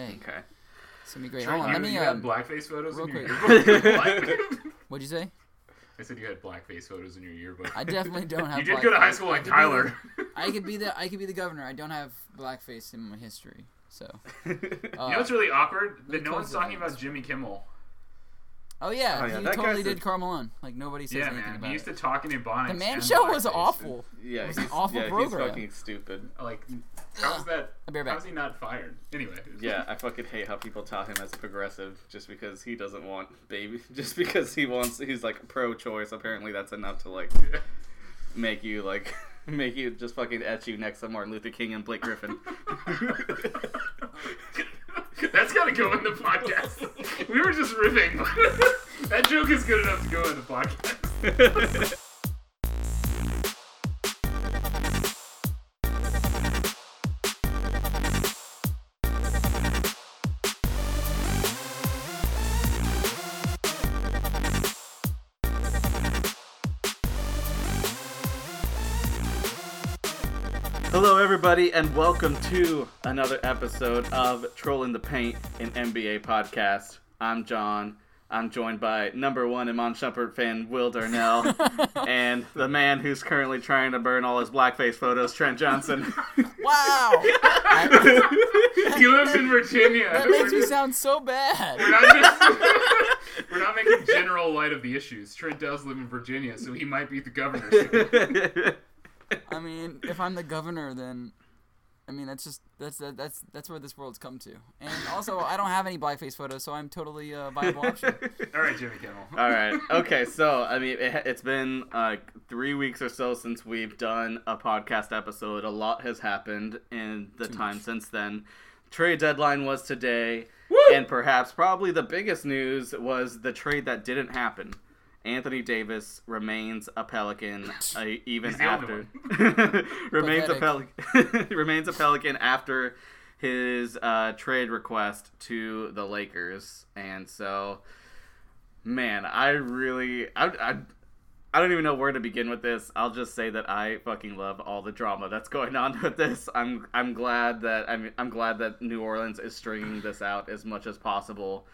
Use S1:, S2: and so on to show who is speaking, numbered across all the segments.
S1: night.
S2: Okay.
S1: It's gonna be great.
S2: Trent,
S1: Hold on,
S2: you,
S1: let me.
S2: you
S1: Um,
S2: had blackface photos in
S1: real
S2: your
S1: quick.
S2: yearbook.
S1: what'd you say?
S2: I said you had blackface photos in your yearbook.
S1: I definitely don't have
S2: You did go to high
S1: blackface.
S2: school
S1: I
S2: like
S1: could be the- I could be the
S2: Tyler.
S1: I could be the governor. I don't have blackface in my history. So. Uh,
S2: you know what's really awkward? That
S1: me
S2: no
S1: close
S2: one's
S1: the
S2: talking about
S1: lens.
S2: Jimmy Kimmel.
S1: oh yeah,
S3: Oh, yeah,
S1: he
S3: that
S1: totally
S3: guy's
S1: did
S3: the-
S1: Carl Malone. Like nobody says
S2: Yeah,
S1: anything
S2: man.
S1: about
S2: He used
S1: it.
S2: to talk in Ebonics.
S1: The Man
S2: and
S1: Show was
S2: blackface.
S1: awful.
S3: Yeah,
S1: It was
S3: he's,
S1: an awful
S3: yeah,
S1: program.
S3: he's fucking stupid.
S2: Like, how's that?
S1: I'll be right
S2: How's
S1: back.
S2: he not fired? Anyway.
S3: Yeah, I fucking hate how people tout him as progressive just because he doesn't want baby. Just because he wants, he's like pro-choice. Apparently, that's enough to like make you like make you just fucking etch you next to Martin Luther King and Blake Griffin.
S2: That's gotta go in the podcast. We were just riffing. that joke is good enough to go in the podcast.
S3: Hello, everybody, and welcome to another episode of Trolling the Paint, an NBA podcast. I'm John. I'm joined by number one Iman Shumpert fan Will Darnell and the man who's currently trying to burn all his blackface photos, Trent Johnson.
S1: Wow,
S2: He lives in Virginia.
S1: that
S2: We're
S1: makes me
S2: just-
S1: sound so bad.
S2: we're not just- we're not making general light of the issues. Trent does live in Virginia, so he might be the governor. soon.
S1: I mean, if I'm the governor, then I mean that's just that's that, that's that's where this world's come to. And also, I don't have any blackface photos, so I'm totally a viable option.
S2: All right, Jimmy Kimmel.
S3: All right. Okay. So, I mean, it, it's been like three weeks or so since we've done a podcast episode. A lot has happened in the time since then. Trade deadline was today, and perhaps probably the biggest news was the trade that didn't happen. Anthony Davis remains a Pelican uh, even
S2: the only
S3: after remains a
S1: Pathetic.
S3: Pelican remains a Pelican after his uh, trade request to the Lakers, and so man, I really I, I I don't even know where to begin with this. I'll just say that I fucking love all the drama that's going on with this. I'm I'm glad that I'm I'm glad that New Orleans is stringing this out as much as possible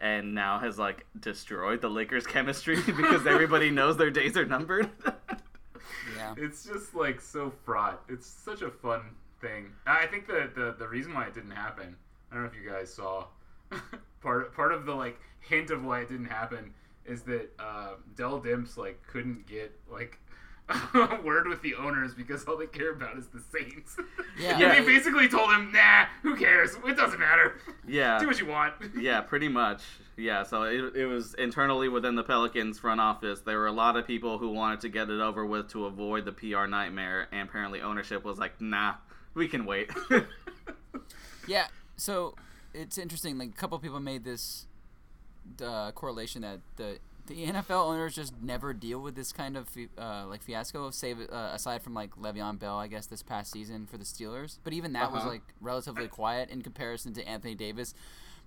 S3: and now has like destroyed the Lakers chemistry because everybody knows their days are numbered.
S1: Yeah,
S2: It's just like so fraught. It's such a fun thing. I think the the, the reason why it didn't happen. I don't know if you guys saw. part part of the like hint of why it didn't happen is that uh, Dell Dimps like couldn't get like. a word with the owners because all they care about is the Saints.
S1: Yeah.
S2: and
S1: Yeah.
S2: they basically told him, "Nah, who cares? It doesn't matter.
S1: Uh,
S3: yeah.
S2: Do what you want."
S3: Yeah, pretty much. Yeah, so it, it was internally within the Pelicans front office. There were a lot of people who wanted to get it over with to avoid the PR nightmare, and apparently ownership was like, nah, we can wait.
S1: yeah. So it's interesting. Like a couple people made this uh, correlation that the the NFL owners just never deal with this kind of fi- uh, like fiasco. Save uh, aside from like Le'Veon Bell, I guess this past season for the Steelers, but even that was
S3: Uh-huh.
S1: like relatively quiet in comparison to Anthony Davis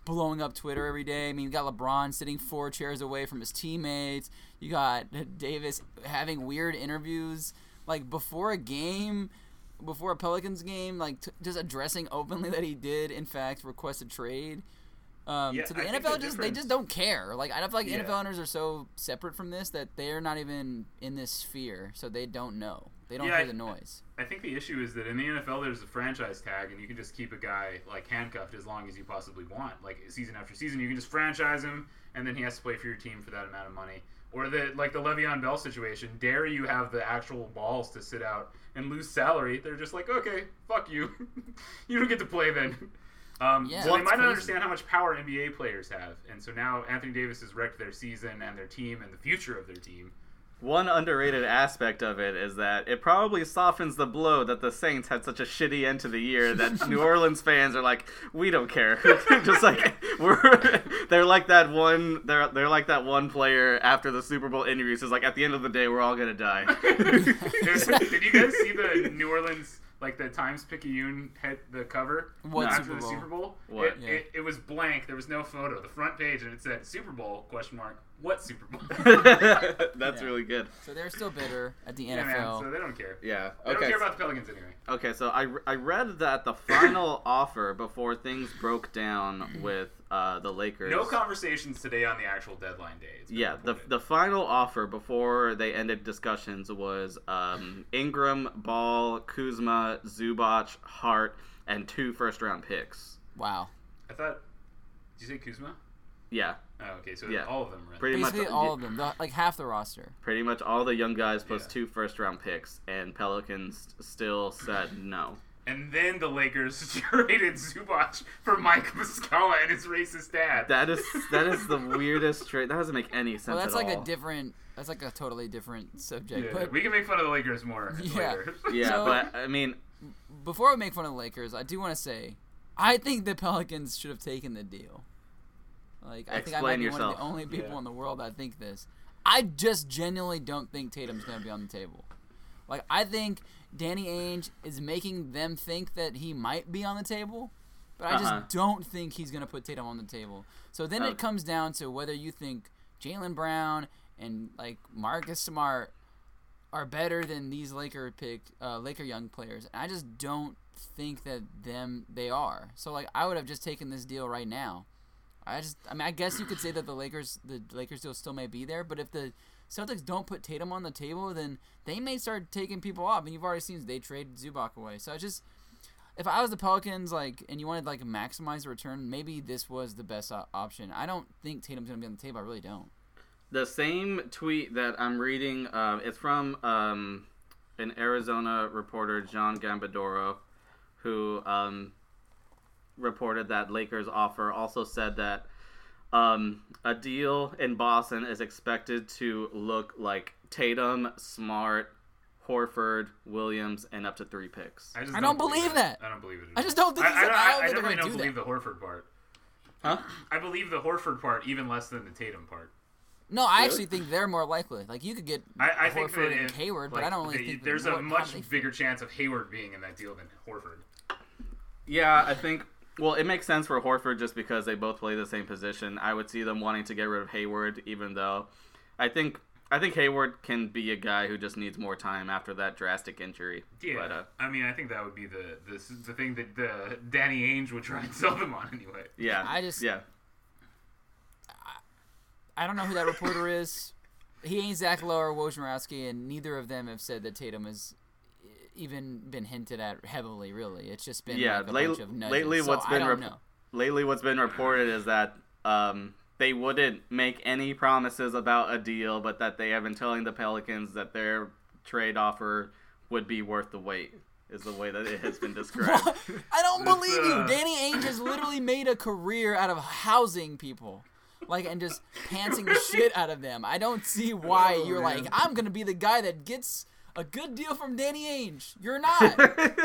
S1: blowing up Twitter every day. I mean, you got LeBron sitting four chairs away from his teammates. You got Davis having weird interviews like before a game, before a Pelicans game, like t- just addressing openly that he did in fact request a trade. Um,
S2: Yeah,
S1: so the
S2: I think
S1: NFL
S2: the
S1: just they
S2: difference-
S1: just don't care. Like I feel like
S2: Yeah.
S1: NFL owners are so separate from this that they're not even in this sphere, so they don't know. They don't
S2: Yeah,
S1: hear
S2: I-
S1: the noise.
S2: I think the issue is that in the NFL, there's a franchise tag, and you can just keep a guy like handcuffed as long as you possibly want. Like season after season, you can just franchise him, and then he has to play for your team for that amount of money. Or the like the Le'Veon Bell situation. Dare you have the actual balls to sit out and lose salary? They're just like, okay, fuck you. you don't get to play then. Um,
S1: Yeah,
S2: so they
S1: that's
S2: might not
S1: crazy.
S2: understand how much power NBA players have, and so now Anthony Davis has wrecked their season and their team and the future of their team.
S3: One underrated aspect of it is that it probably softens the blow that the Saints had such a shitty end to the year that New Orleans fans are like, we don't care. Just like we're they're like that one they're they're like that one player after the Super Bowl injuries is like at the end of the day we're all gonna die.
S2: There's- Did you guys see the New Orleans like the Times Picayune head the cover
S1: What
S2: after
S1: Super
S2: the
S1: Bowl?
S2: Super Bowl.
S3: What?
S2: It, it, it was blank. There was no photo. The front page and it said Super Bowl question mark. What Super Bowl?
S3: That's
S1: Yeah.
S3: really good.
S1: So they're still bitter at the
S2: yeah, man.
S1: NFL.
S2: So they don't care.
S3: Yeah.
S2: They don't
S3: Okay.
S2: care about the Pelicans anyway.
S3: Okay, so I, I read that the final offer before things broke down with uh, the Lakers.
S2: No conversations today on the actual deadline day. It's been
S3: Yeah, the,
S2: reported.
S3: the final offer before they ended discussions was um, Ingram, Ball, Kuzma, Zubach, Hart, and two first round picks.
S1: wow.
S2: I thought. Did you say Kuzma?
S3: Yeah,
S2: Oh, okay. So
S3: Yeah.
S2: all of them. Were in.
S3: pretty
S1: Basically
S3: much
S1: all of them, the, like half the roster.
S3: pretty much all the young guys plus
S2: Yeah.
S3: two first round picks, and Pelicans still said no.
S2: And then the Lakers traded Zubac for Mike Muscala and his racist dad.
S3: That is that is the weirdest trade. That doesn't make any sense.
S1: Well, that's
S3: at
S1: like
S3: all.
S1: a different. That's like a totally different subject.
S2: Yeah,
S1: but
S2: we can make fun of the Lakers more
S1: Yeah.
S2: later.
S3: Yeah,
S1: So-
S3: but I mean,
S1: before we make fun of the Lakers, I do want to say, I think the Pelicans should have taken the deal. Like, I think I might
S3: Explain
S1: be one of
S3: yourself.
S1: the only people
S2: Yeah.
S1: in the world that think this. I just genuinely don't think Tatum's going to be on the table. Like, I think Danny Ainge is making them think that he might be on the table, but I
S3: Uh-huh.
S1: just don't think he's going to put Tatum on the table. So then
S3: Okay.
S1: it comes down to whether you think Jalen Brown and, like, Marcus Smart are better than these Laker pick uh, Laker young players. And I just don't think that them they are. So like I would have just taken this deal right now. I just I mean I guess you could say that the Lakers the Lakers deal still may be there, but if the Celtics don't put Tatum on the table, then they may start taking people off. And you've already seen they trade Zubac away. So I just if I was the Pelicans, like, and you wanted like maximize the return, maybe this was the best o- option. I don't think Tatum's gonna be on the table. I really don't.
S3: the same tweet that I'm reading, uh, it's from um, an Arizona reporter, John Gambadoro, who um, reported that Lakers offer also said that um, a deal in Boston is expected to look like Tatum, Smart, Horford, Williams, and up to three picks.
S2: just
S1: I don't believe that.
S2: I don't believe it.
S1: I just don't think
S2: I,
S1: he's- I
S2: I, I,
S1: don't
S2: I
S1: think they're
S2: definitely
S1: gonna
S2: don't
S1: do
S2: believe the Horford part.
S3: Huh?
S2: I believe the Horford part even less than the Tatum part.
S1: No, I
S3: Really?
S1: actually think they're more likely. Like you could get
S2: I, I think
S1: Horford
S2: that
S1: and
S2: if,
S1: Hayward, but
S2: like,
S1: I don't really
S2: that
S1: think that
S2: there's
S1: Lillard-
S2: a
S1: how
S2: much
S1: they-
S2: bigger chance of Hayward being in that deal than Horford.
S3: Yeah, I think. Well, it makes sense for Horford just because they both play the same position. I would see them wanting to get rid of Hayward, even though I think I think Hayward can be a guy who just needs more time after that drastic injury.
S2: Yeah,
S3: But, uh,
S2: I mean, I think that would be the the, the thing that the Danny Ainge would try and sell them on anyway.
S3: yeah.
S1: I just-
S3: yeah.
S1: I don't know who that reporter is. He ain't Zach Lowe or Wojnarowski, and neither of them have said that Tatum has even been hinted at heavily. Really, it's just been
S3: Yeah,
S1: like a
S3: late-
S1: bunch of nudges.
S3: lately
S1: so
S3: what's
S1: I
S3: been
S1: don't
S3: rep-
S1: know.
S3: Lately, what's been reported is that um, they wouldn't make any promises about a deal, but that they have been telling the Pelicans that their trade offer would be worth the wait. Is the way that it has been described.
S1: I don't believe you.
S2: uh,
S1: Danny Ainge has literally made a career out of housing people. Like and just pantsing the shit out of them. I don't see why
S2: Oh,
S1: you're
S2: man.
S1: like I'm gonna be the guy that gets a good deal from Danny Ainge. You're not.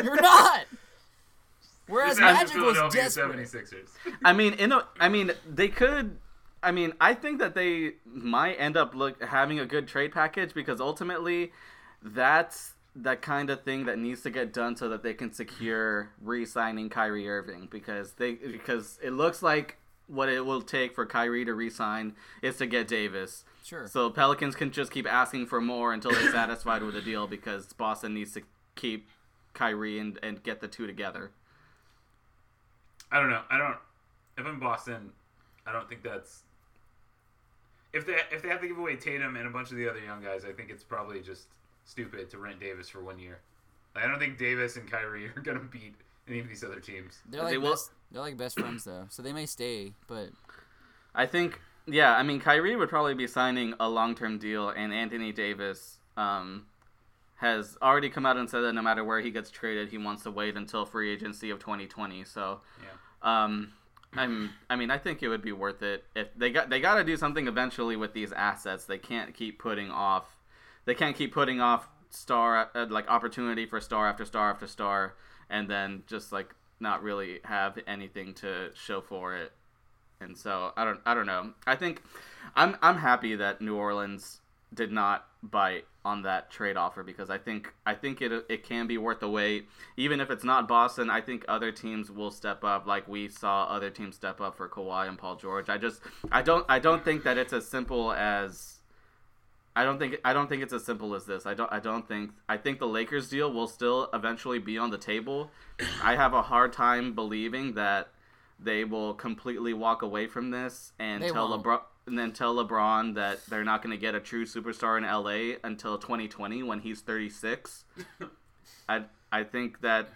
S1: you're not. Whereas
S2: This happened to
S1: Magic was
S2: Philadelphia
S1: desperate.
S2: 76ers.
S3: I mean, in a, I mean, they could. I mean, I think that they might end up look having a good trade package because ultimately, that's the kind of thing that needs to get done so that they can secure re-signing Kyrie Irving because they because it looks like what it will take for Kyrie to re-sign is to get Davis.
S1: Sure.
S3: So Pelicans can just keep asking for more until they're satisfied with the deal because Boston needs to keep Kyrie and, and get the two together.
S2: I don't know. I don't. If I'm Boston, I don't think that's. If they if they have to give away Tatum and a bunch of the other young guys, I think it's probably just stupid to rent Davis for one year. Like, I don't think Davis and Kyrie are gonna beat any of these other teams.
S1: They're like
S3: They will-
S1: best, they're like best friends though, so they may stay. But
S3: I think, yeah, I mean, Kyrie would probably be signing a long term deal, and Anthony Davis um, has already come out and said that no matter where he gets traded, he wants to wait until free agency of 2020. So,
S2: Yeah.
S3: um, I'm, I mean, I think it would be worth it if they got they got to do something eventually with these assets. They can't keep putting off, they can't keep putting off star uh, like opportunity for star after star after star, and then just like not really have anything to show for it and so I don't I don't know. I think I'm I'm happy that New Orleans did not bite on that trade offer because I think I think it it can be worth the wait. Even if it's not Boston, I think other teams will step up like we saw other teams step up for Kawhi and Paul George. I just I don't I don't think that it's as simple as I don't think I don't think it's as simple as this. I don't I don't think I think the Lakers deal will still eventually be on the table. I have a hard time believing that they will completely walk away from this and
S1: They
S3: tell
S1: won't.
S3: LeBron and then tell LeBron that they're not going to get a true superstar in LA until 2020 when he's 36. I I think that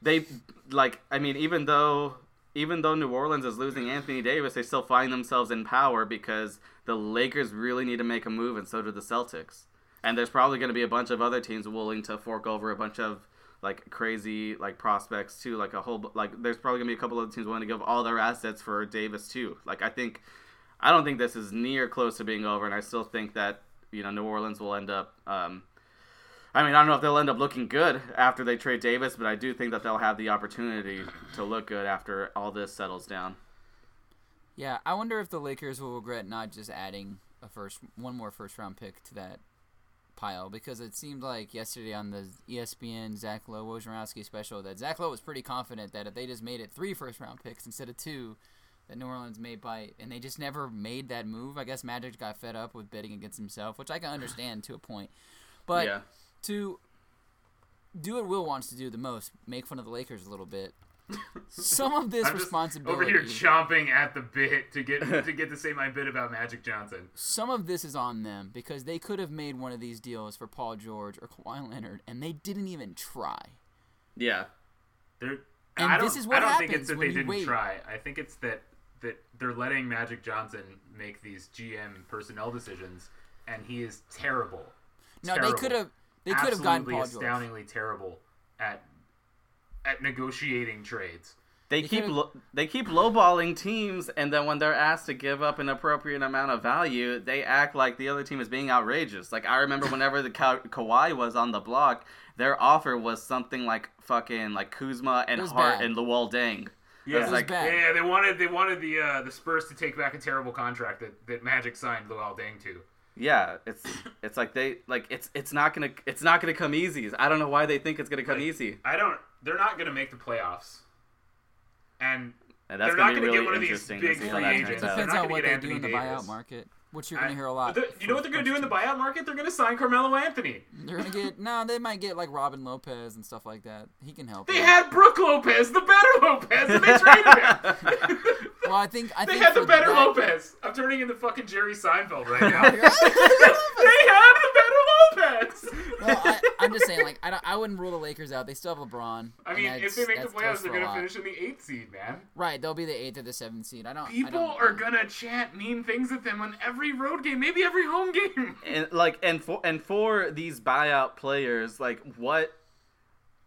S3: they like I mean even though even though New Orleans is losing Anthony Davis, they still find themselves in power because the Lakers really need to make a move and so do the Celtics. And there's probably going to be a bunch of other teams willing to fork over a bunch of like crazy like prospects too, like a whole bu- like there's probably going to be a couple of teams willing to give all their assets for Davis too. Like I think I don't think this is near close to being over, and I still think that you know New Orleans will end up. Um, I mean, I don't know if they'll end up looking good after they trade Davis, but I do think that they'll have the opportunity to look good after all this settles down.
S1: Yeah, I wonder if the Lakers will regret not just adding a first one more first round pick to that pile because it seemed like yesterday on the E ESPN Zach Lowe Wojnarowski special that Zach Lowe was pretty confident that if they just made it three first round picks instead of two, that New Orleans may bite, and they just never made that move. I guess Magic got fed up with betting against himself, which I can understand to a point, but
S3: yeah,
S1: to do what Will wants to do the most, make fun of the Lakers a little bit. Some of this
S2: I'm just
S1: responsibility
S2: over here chomping at the bit to get to get to say my bit about Magic Johnson.
S1: some of this is on them because they could have made one of these deals for Paul George or Kawhi Leonard, and they didn't even try.
S3: yeah,
S2: They're,
S1: And
S2: I don't,
S1: this is what
S2: I don't think
S1: happens
S2: it's that
S1: when
S2: they
S1: you
S2: didn't
S1: wait.
S2: try. I think it's that that they're letting Magic Johnson make these GM personnel decisions, and he is terrible.
S1: No,
S2: Terrible.
S1: they could have. They could have gotten
S2: Absolutely
S1: Paul George.
S2: astoundingly terrible at at negotiating trades.
S3: they
S1: You
S3: keep
S1: could've-
S3: lo- they keep lowballing teams, and then when they're asked to give up an appropriate amount of value, they act like the other team is being outrageous. Like I remember whenever the Ka- Kawhi was on the block, their offer was something like fucking like Kuzma and
S1: was
S3: Hart
S1: bad.
S3: and Luol Deng.
S2: Yeah,
S3: was like-
S1: bad.
S2: yeah, they wanted they wanted the uh, the Spurs to take back a terrible contract that, that Magic signed Luol Deng to.
S3: Yeah, it's it's like they like it's it's not gonna it's not gonna come easy. I don't know why they think it's gonna come easy.
S2: I don't. They're not going to make the playoffs, and
S3: And that's
S2: They're
S3: gonna
S2: not
S3: be
S2: gonna get
S3: really
S2: one of these
S3: interesting to
S2: big
S3: see how
S2: free
S3: that
S2: agents.
S3: turns
S2: They're
S3: out.
S1: Depends
S2: uh, not
S1: on
S2: gonna
S1: what
S2: get
S1: they do
S2: Anthony
S1: in the
S2: Davis.
S1: buyout market, which you're gonna hear a lot.
S2: But the- you know what they're going to do in the buyout market? They're going to sign Carmelo Anthony.
S1: They're gonna get no. They might get like Robin Lopez and stuff like that. He can help.
S2: They
S1: them.
S2: had Brooke Lopez, the better Lopez, and they traded him.
S1: Well, I think I
S2: they
S1: think
S2: had the
S1: for
S2: better
S1: that-
S2: Lopez. I'm turning into fucking Jerry Seinfeld right now. they had the better Lopez.
S1: Well, I, I'm just saying, like I, don't, I wouldn't rule the Lakers out. They still have LeBron.
S2: I
S1: and
S2: mean, if
S1: that's-
S2: they make the
S1: that's
S2: playoffs,
S1: tough for a
S2: they're going to
S1: lot.
S2: finish in the eighth seed, man.
S1: Right, they'll be the eighth or the seventh seed. I don't. I
S2: People
S1: don't-
S2: are going to chant mean things at them on every road game, maybe every home game.
S3: and like and for and for these buyout players, like what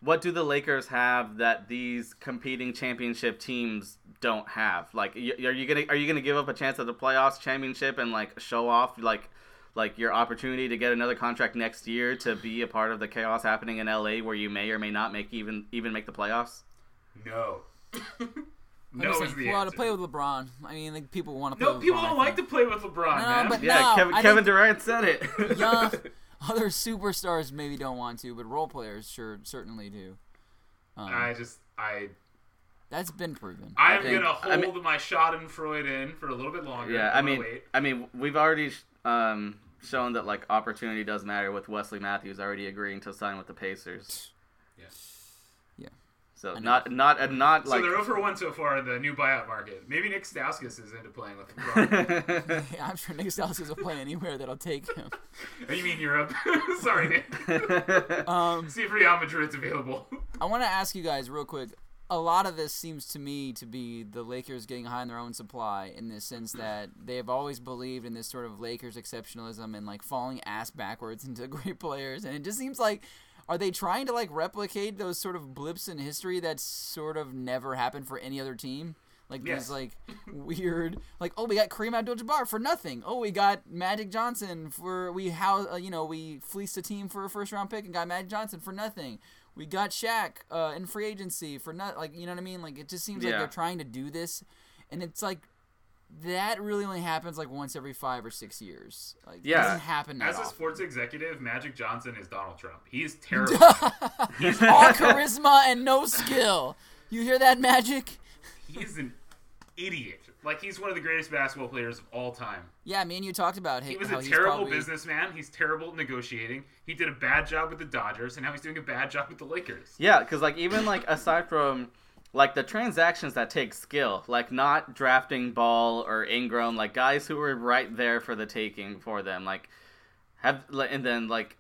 S3: what do the Lakers have that these competing championship teams don't have? Like, y- are you gonna are you gonna give up a chance at the playoffs championship and like show off like like your opportunity to get another contract next year to be a part of the chaos happening in LA where you may or may not make even even make the playoffs?
S2: No.
S1: I'm
S2: no
S1: just
S2: is
S1: saying,
S2: the
S1: well,
S2: answer.
S1: to play with LeBron. I mean, like people want to play.
S2: no,
S1: with
S2: people
S1: LeBron, I
S2: don't like to
S1: think.
S2: play with LeBron,
S1: No,
S2: man.
S1: but
S3: Yeah,
S1: No,
S3: Kevin,
S1: I
S3: Kevin
S1: think-
S3: Durant said it.
S1: young other superstars maybe don't want to, but role players sure certainly do. Um,
S2: I just, I,
S1: that's been proven.
S2: I'm
S3: think-
S2: gonna
S3: I
S2: hold
S3: mean-
S2: my Schadenfreude in for a little bit longer.
S3: Yeah,
S2: I'm
S3: I
S2: gonna
S3: mean,
S2: wait.
S3: I mean, we've already sh- um, shown that like opportunity does matter with Wesley Matthews already agreeing to sign with the Pacers.
S2: Yeah.
S1: Yeah.
S3: So
S1: know.
S3: not not and not
S2: so
S3: like.
S2: they're over one so far in the new buyout market. Maybe Nick Stauskas is into playing with LeBron.
S1: Yeah, I'm sure Nick Stauskas will play anywhere that'll take him.
S2: Oh, you mean Europe? Sorry, Nick.
S1: Um,
S2: See if Real Madrid's available.
S1: I want to ask you guys real quick. A lot of this seems to me to be the Lakers getting high on their own supply in the sense that they have always believed in this sort of Lakers exceptionalism and like falling ass backwards into great players. And it just seems like, are they trying to like replicate those sort of blips in history that sort of never happened for any other team? Like
S2: Yes.
S1: these like weird like oh we got Kareem Abdul-Jabbar for nothing oh we got Magic Johnson for we how uh, you know we fleeced a team for a first round pick and got Magic Johnson for nothing we got Shaq uh, in free agency for not like you know what I mean like it just seems like
S3: Yeah.
S1: they're trying to do this and it's like that really only happens like once every five or six years. Like, it
S3: Yeah.
S1: doesn't happen that
S2: As a
S1: often.
S2: sports executive, Magic Johnson is Donald Trump. He is terrible. He's
S1: All charisma and no skill. You hear that, Magic?
S2: he's an idiot. Like he's one of the greatest basketball players of all time.
S1: Yeah, me and you talked about
S2: He
S1: him.
S2: was
S1: how
S2: a
S1: he's
S2: terrible
S1: probably-
S2: businessman. He's terrible at negotiating. He did a bad job with the Dodgers, and now he's doing a bad job with the Lakers.
S3: Yeah, because like even like aside from like the transactions that take skill, like not drafting Ball or Ingram, like guys who were right there for the taking for them, like have li- and then like.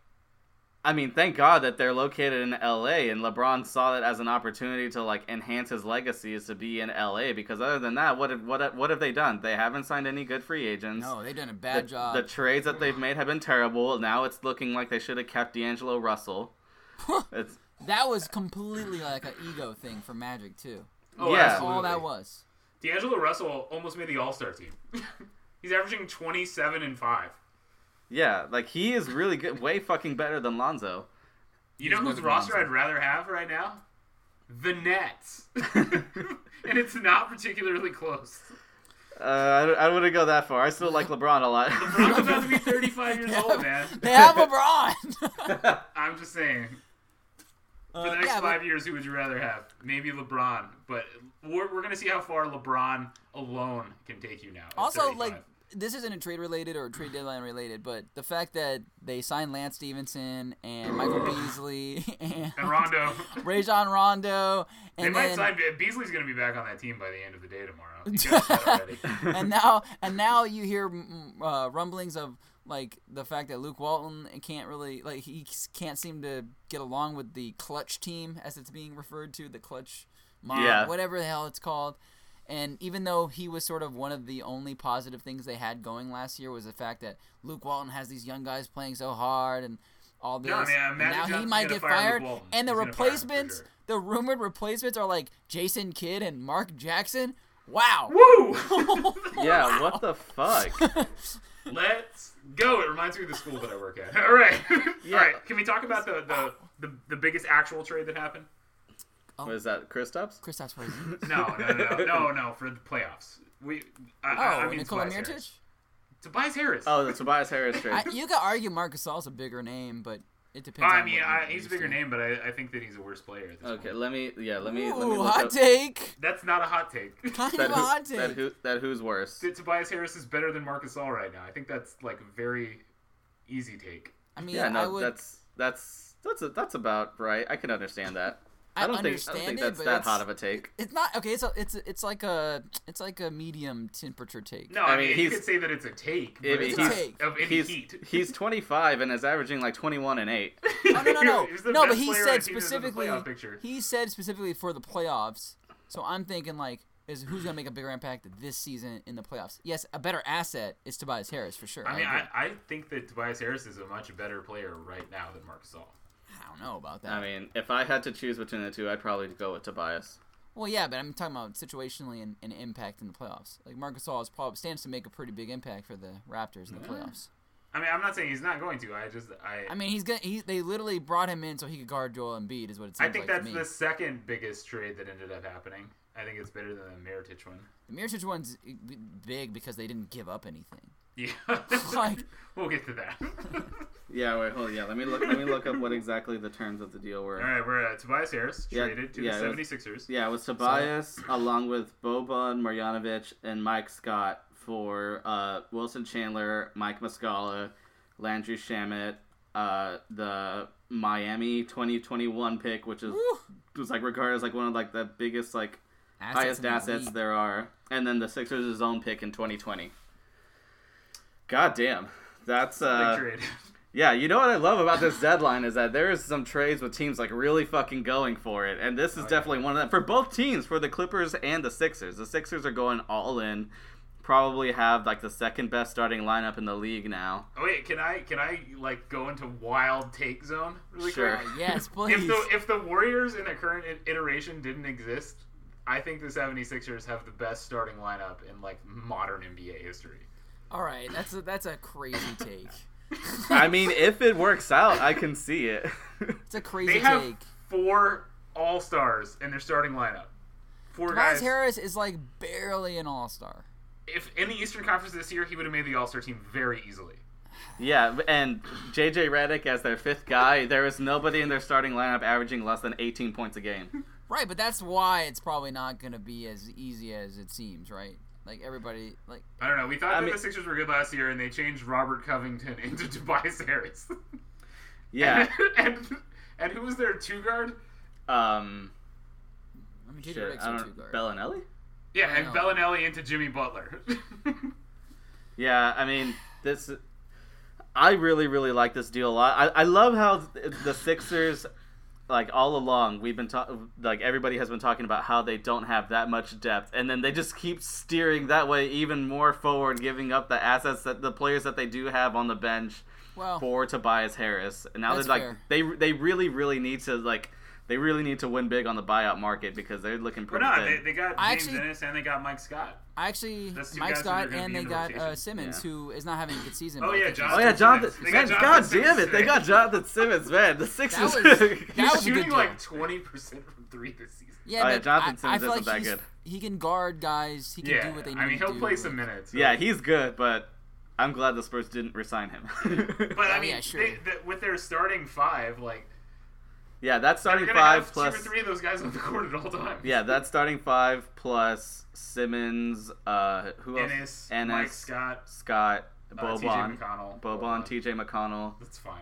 S3: I mean, thank God that they're located in LA and LeBron saw that as an opportunity to like enhance his legacy is to be in LA because other than that, what have, what have, what have they done? They haven't signed any good free agents.
S1: No, they've done a
S3: the,
S1: bad job.
S3: the trades that they've made have been terrible. Now it's looking like they should have kept D'Angelo Russell. it's
S1: that was completely like an ego thing for Magic too.
S2: Oh,
S3: Yeah.
S1: That's all that
S2: absolutely.
S1: was.
S2: D'Angelo Russell almost made the All Star team. he's averaging twenty-seven and five.
S3: Yeah, like he is really good, way fucking better than Lonzo.
S2: You know whose
S1: never
S2: roster
S1: wins.
S2: I'd rather have right now? The Nets, and it's not particularly close.
S3: Uh, I, don't- I wouldn't go that far. I still like LeBron a lot.
S2: I'm about to be 35 years old, man.
S1: They have LeBron.
S2: I'm just saying. For the
S1: Uh,
S2: next
S1: yeah, but-
S2: five years, who would you rather have? Maybe LeBron, but we're, we're gonna see how far LeBron alone can take you now. at
S1: also,
S2: 35.
S1: like this isn't a trade related or a trade deadline related, but the fact that they signed Lance Stevenson and Michael Beasley and,
S2: and Rondo,
S1: Rajon Rondo,
S2: they
S1: and
S2: might
S1: then
S2: sign. Beasley's gonna be back on that team by the end of the day tomorrow. He got that already.
S1: and now and now you hear mm, uh, rumblings of like the fact that Luke Walton can't really like he s- can't seem to get along with the clutch team as it's being referred to the clutch mob
S3: Yeah.
S1: whatever the hell it's called and even though he was sort of one of the only positive things they had going last year was the fact that Luke Walton has these young guys playing so hard and all this
S2: No, man,
S1: and
S2: Magic
S1: now he
S2: Johnson's
S1: might
S2: gonna
S1: get
S2: fire Luke
S1: fired
S2: Walton.
S1: and the
S2: He's gonna fire him for
S1: replacements
S2: sure.
S1: the rumored replacements are like Jason Kidd and Mark Jackson wow
S2: Woo!
S3: yeah, what the fuck?
S2: Let's go. It reminds me of the school that I work at. All right,
S3: Yeah.
S2: all right. Can we talk about the, the the the biggest actual trade that happened?
S3: What is that, Kristaps?
S1: Kristaps Porzingis
S2: No, no, no, no, no, no. For the playoffs, we. I,
S1: Oh,
S2: I, I mean
S1: Nikola
S2: Tobias
S1: Mirotic.
S2: Harris. Tobias Harris.
S3: Oh, the Tobias Harris trade.
S1: I, you could argue Marcus Gasol's a bigger name, but it depends.
S2: I
S1: on
S2: mean,
S1: what
S2: I,
S1: you
S2: he's a
S1: use
S2: bigger
S1: him.
S2: name, but I, I think that he's a worse player. At this
S3: Okay,
S2: Point.
S3: let me. Yeah, let me. let me
S1: Ooh,
S3: look
S1: hot
S3: up
S1: take.
S2: That's not a hot take.
S1: Kind
S3: That,
S1: of a hot
S3: who,
S1: take.
S3: that, who, that who's worse?
S2: that Tobias Harris is better than Marcus All right now. I think that's like a very easy take.
S1: I mean,
S3: Yeah,
S1: I
S3: no,
S1: would.
S3: that's that's that's a, that's about right. I can understand that.
S1: I
S3: I don't think I
S1: understand
S3: don't think
S1: it,
S3: that's
S1: but
S3: that
S1: it's-
S3: hot of a take.
S1: It's not okay. It's a, it's a, it's like a it's like a medium temperature take.
S2: No, I,
S3: I
S2: mean,
S3: mean,
S2: you
S3: he's-
S2: could say that it's a take, but
S3: I mean,
S2: it's
S1: he's-
S2: not
S1: It's a take.
S2: of any
S3: He's
S2: heat.
S3: he's 25 and is averaging like 21 and 8.
S1: no, no, no, no.
S2: He's the
S1: no,
S2: best
S1: but he
S2: player
S1: said
S2: on the team that's in the
S1: specifically.
S2: playoff picture.
S1: He said specifically for the playoffs. So I'm thinking like, is who's gonna make a bigger impact this season in the playoffs? Yes, a better asset is Tobias Harris for sure.
S2: I mean,
S1: agree.
S2: I, I think that Tobias Harris is a much better player right now than Marcus All.
S1: I don't know about that.
S3: I mean, if I had to choose between the two, I'd probably go with Tobias.
S1: Well, yeah, but I'm talking about situationally and, and impact in the playoffs. Like Marcus All is probably stands to make a pretty big impact for the Raptors in the playoffs.
S2: I mean, I'm not saying he's not going to. I just I
S1: I mean, he's gonna. He, they literally brought him in so he could guard Joel Embiid, is what it
S2: I
S1: seems
S2: think
S1: like
S2: that's
S1: to me.
S2: the second biggest trade that ended up happening. I think it's better than the Miritich one.
S1: The Mirotic one's i- b- big because they didn't give up anything.
S2: Yeah,
S1: Like-
S2: we'll get to that.
S3: Yeah, wait, hold on. Yeah, let me look. Let me look up what exactly the terms of the deal were.
S2: All right, we're at Tobias Harris
S3: Yeah,
S2: traded to
S3: yeah,
S2: the
S3: it was-
S2: 76ers.
S3: Yeah, it was Tobias along with Boban Marjanovic and Mike Scott for uh, Wilson Chandler, Mike Muscala, Landry Shamit, uh, the Miami 2021 pick, which is
S1: Woo!
S3: was like regarded as like one of like the biggest like
S1: Assets
S3: highest
S1: in the
S3: assets
S1: league.
S3: there are, and then the Sixers' own pick in 2020. God damn, that's uh,
S2: Big trade.
S3: yeah, you know what I love about this deadline is that there is some trades with teams like really fucking going for it, and this is definitely one of them for both teams, for the Clippers and the Sixers. The Sixers are going all in, probably have like the second best starting lineup in the league now.
S2: Oh, wait, can I can I like go into wild take zone really
S3: Sure.
S2: quick?
S1: Uh, Yes,
S2: If
S1: please.
S2: the if the Warriors in their current i- iteration didn't exist, I think the 76ers have the best starting lineup in like modern NBA history.
S1: All right, that's a, that's a crazy take.
S3: I mean, if it works out, I can see it.
S1: It's a crazy
S2: They have
S1: take.
S2: four All Stars in their starting lineup. Four
S1: Tobias
S2: guys.
S1: Harris is like barely an All Star.
S2: if in the Eastern Conference this year, he would have made the All Star team very easily.
S3: Yeah, and JJ Redick as their fifth guy, there is nobody in their starting lineup averaging less than 18 points a game.
S1: Right, but that's why it's probably not going to be as easy as it seems, right? Like everybody, like
S2: I don't know. We thought
S3: I
S2: that
S3: mean-
S2: the Sixers were good last year, and they changed Robert Covington into Tobias Harris.
S3: Yeah.
S2: and, and and who was their two guard?
S3: Um
S1: I mean,
S3: shit,
S1: JJ Redick's
S3: I
S1: a two
S3: don't
S1: guard.
S3: Bellinelli?
S2: Yeah, and
S1: Wow.
S2: Bellinelli into Jimmy Butler.
S3: Yeah, I mean, this I really really like this deal a lot. I, I love how th- the Sixers like all along we've been talking like everybody has been talking about how they don't have that much depth and then they just keep steering that way even more forward giving up the assets that the players that they do have on the bench
S1: well,
S3: for Tobias Harris. And now
S1: Oh. That's
S3: they're like
S1: fair.
S3: they they really really need to like they really need to win big on the buyout market because they're looking
S2: but
S3: pretty
S2: no, they,
S3: good.
S2: they got
S1: I
S2: James
S1: actually-
S2: Ennis and they got Mike Scott.
S1: actually,
S2: That's two
S1: Mike
S2: guys who are
S1: Scott
S2: gonna
S1: and
S2: be
S1: they
S2: in
S1: got
S2: rotation.
S1: uh, Simmons,
S3: Yeah.
S1: who is not having a good season.
S2: Oh,
S1: but I
S2: yeah,
S1: think he's-
S3: Oh yeah, Jonathan!
S2: Simmons. They got
S3: Man,
S2: Jonathan
S3: God damn
S2: Simmons
S3: it! They
S2: today.
S3: got Jonathan Simmons, man. The Sixers.
S1: was- that was- a
S2: Shooting
S1: good deal.
S2: like twenty percent from three this season.
S1: Yeah,
S3: Oh, yeah,
S1: but
S3: Jonathan
S1: I, I
S3: Simmons
S1: feel like
S3: isn't that
S1: he's-
S3: good.
S1: he can guard guys. He can
S2: Yeah,
S1: do what they need
S2: I mean
S1: to
S2: he'll
S1: do.
S2: play some
S1: like-
S2: minutes. so-
S3: yeah, he's good, but I'm glad the Spurs didn't resign him.
S2: But
S1: Oh,
S2: I mean,
S1: yeah, sure.
S2: they, the- with their starting five, like
S3: yeah, that's
S2: they're
S3: starting
S2: gonna
S3: five
S2: have
S3: plus.
S2: two or three of those guys on the court at all times.
S3: Yeah, that's starting five plus Simmons. Uh, who else?
S2: Ennis,
S3: Ennis,
S2: Mike Scott,
S3: Scott,
S2: uh,
S3: Boban,
S2: T.J. McConnell,
S3: Boban, T.J. McConnell,
S2: That's fine.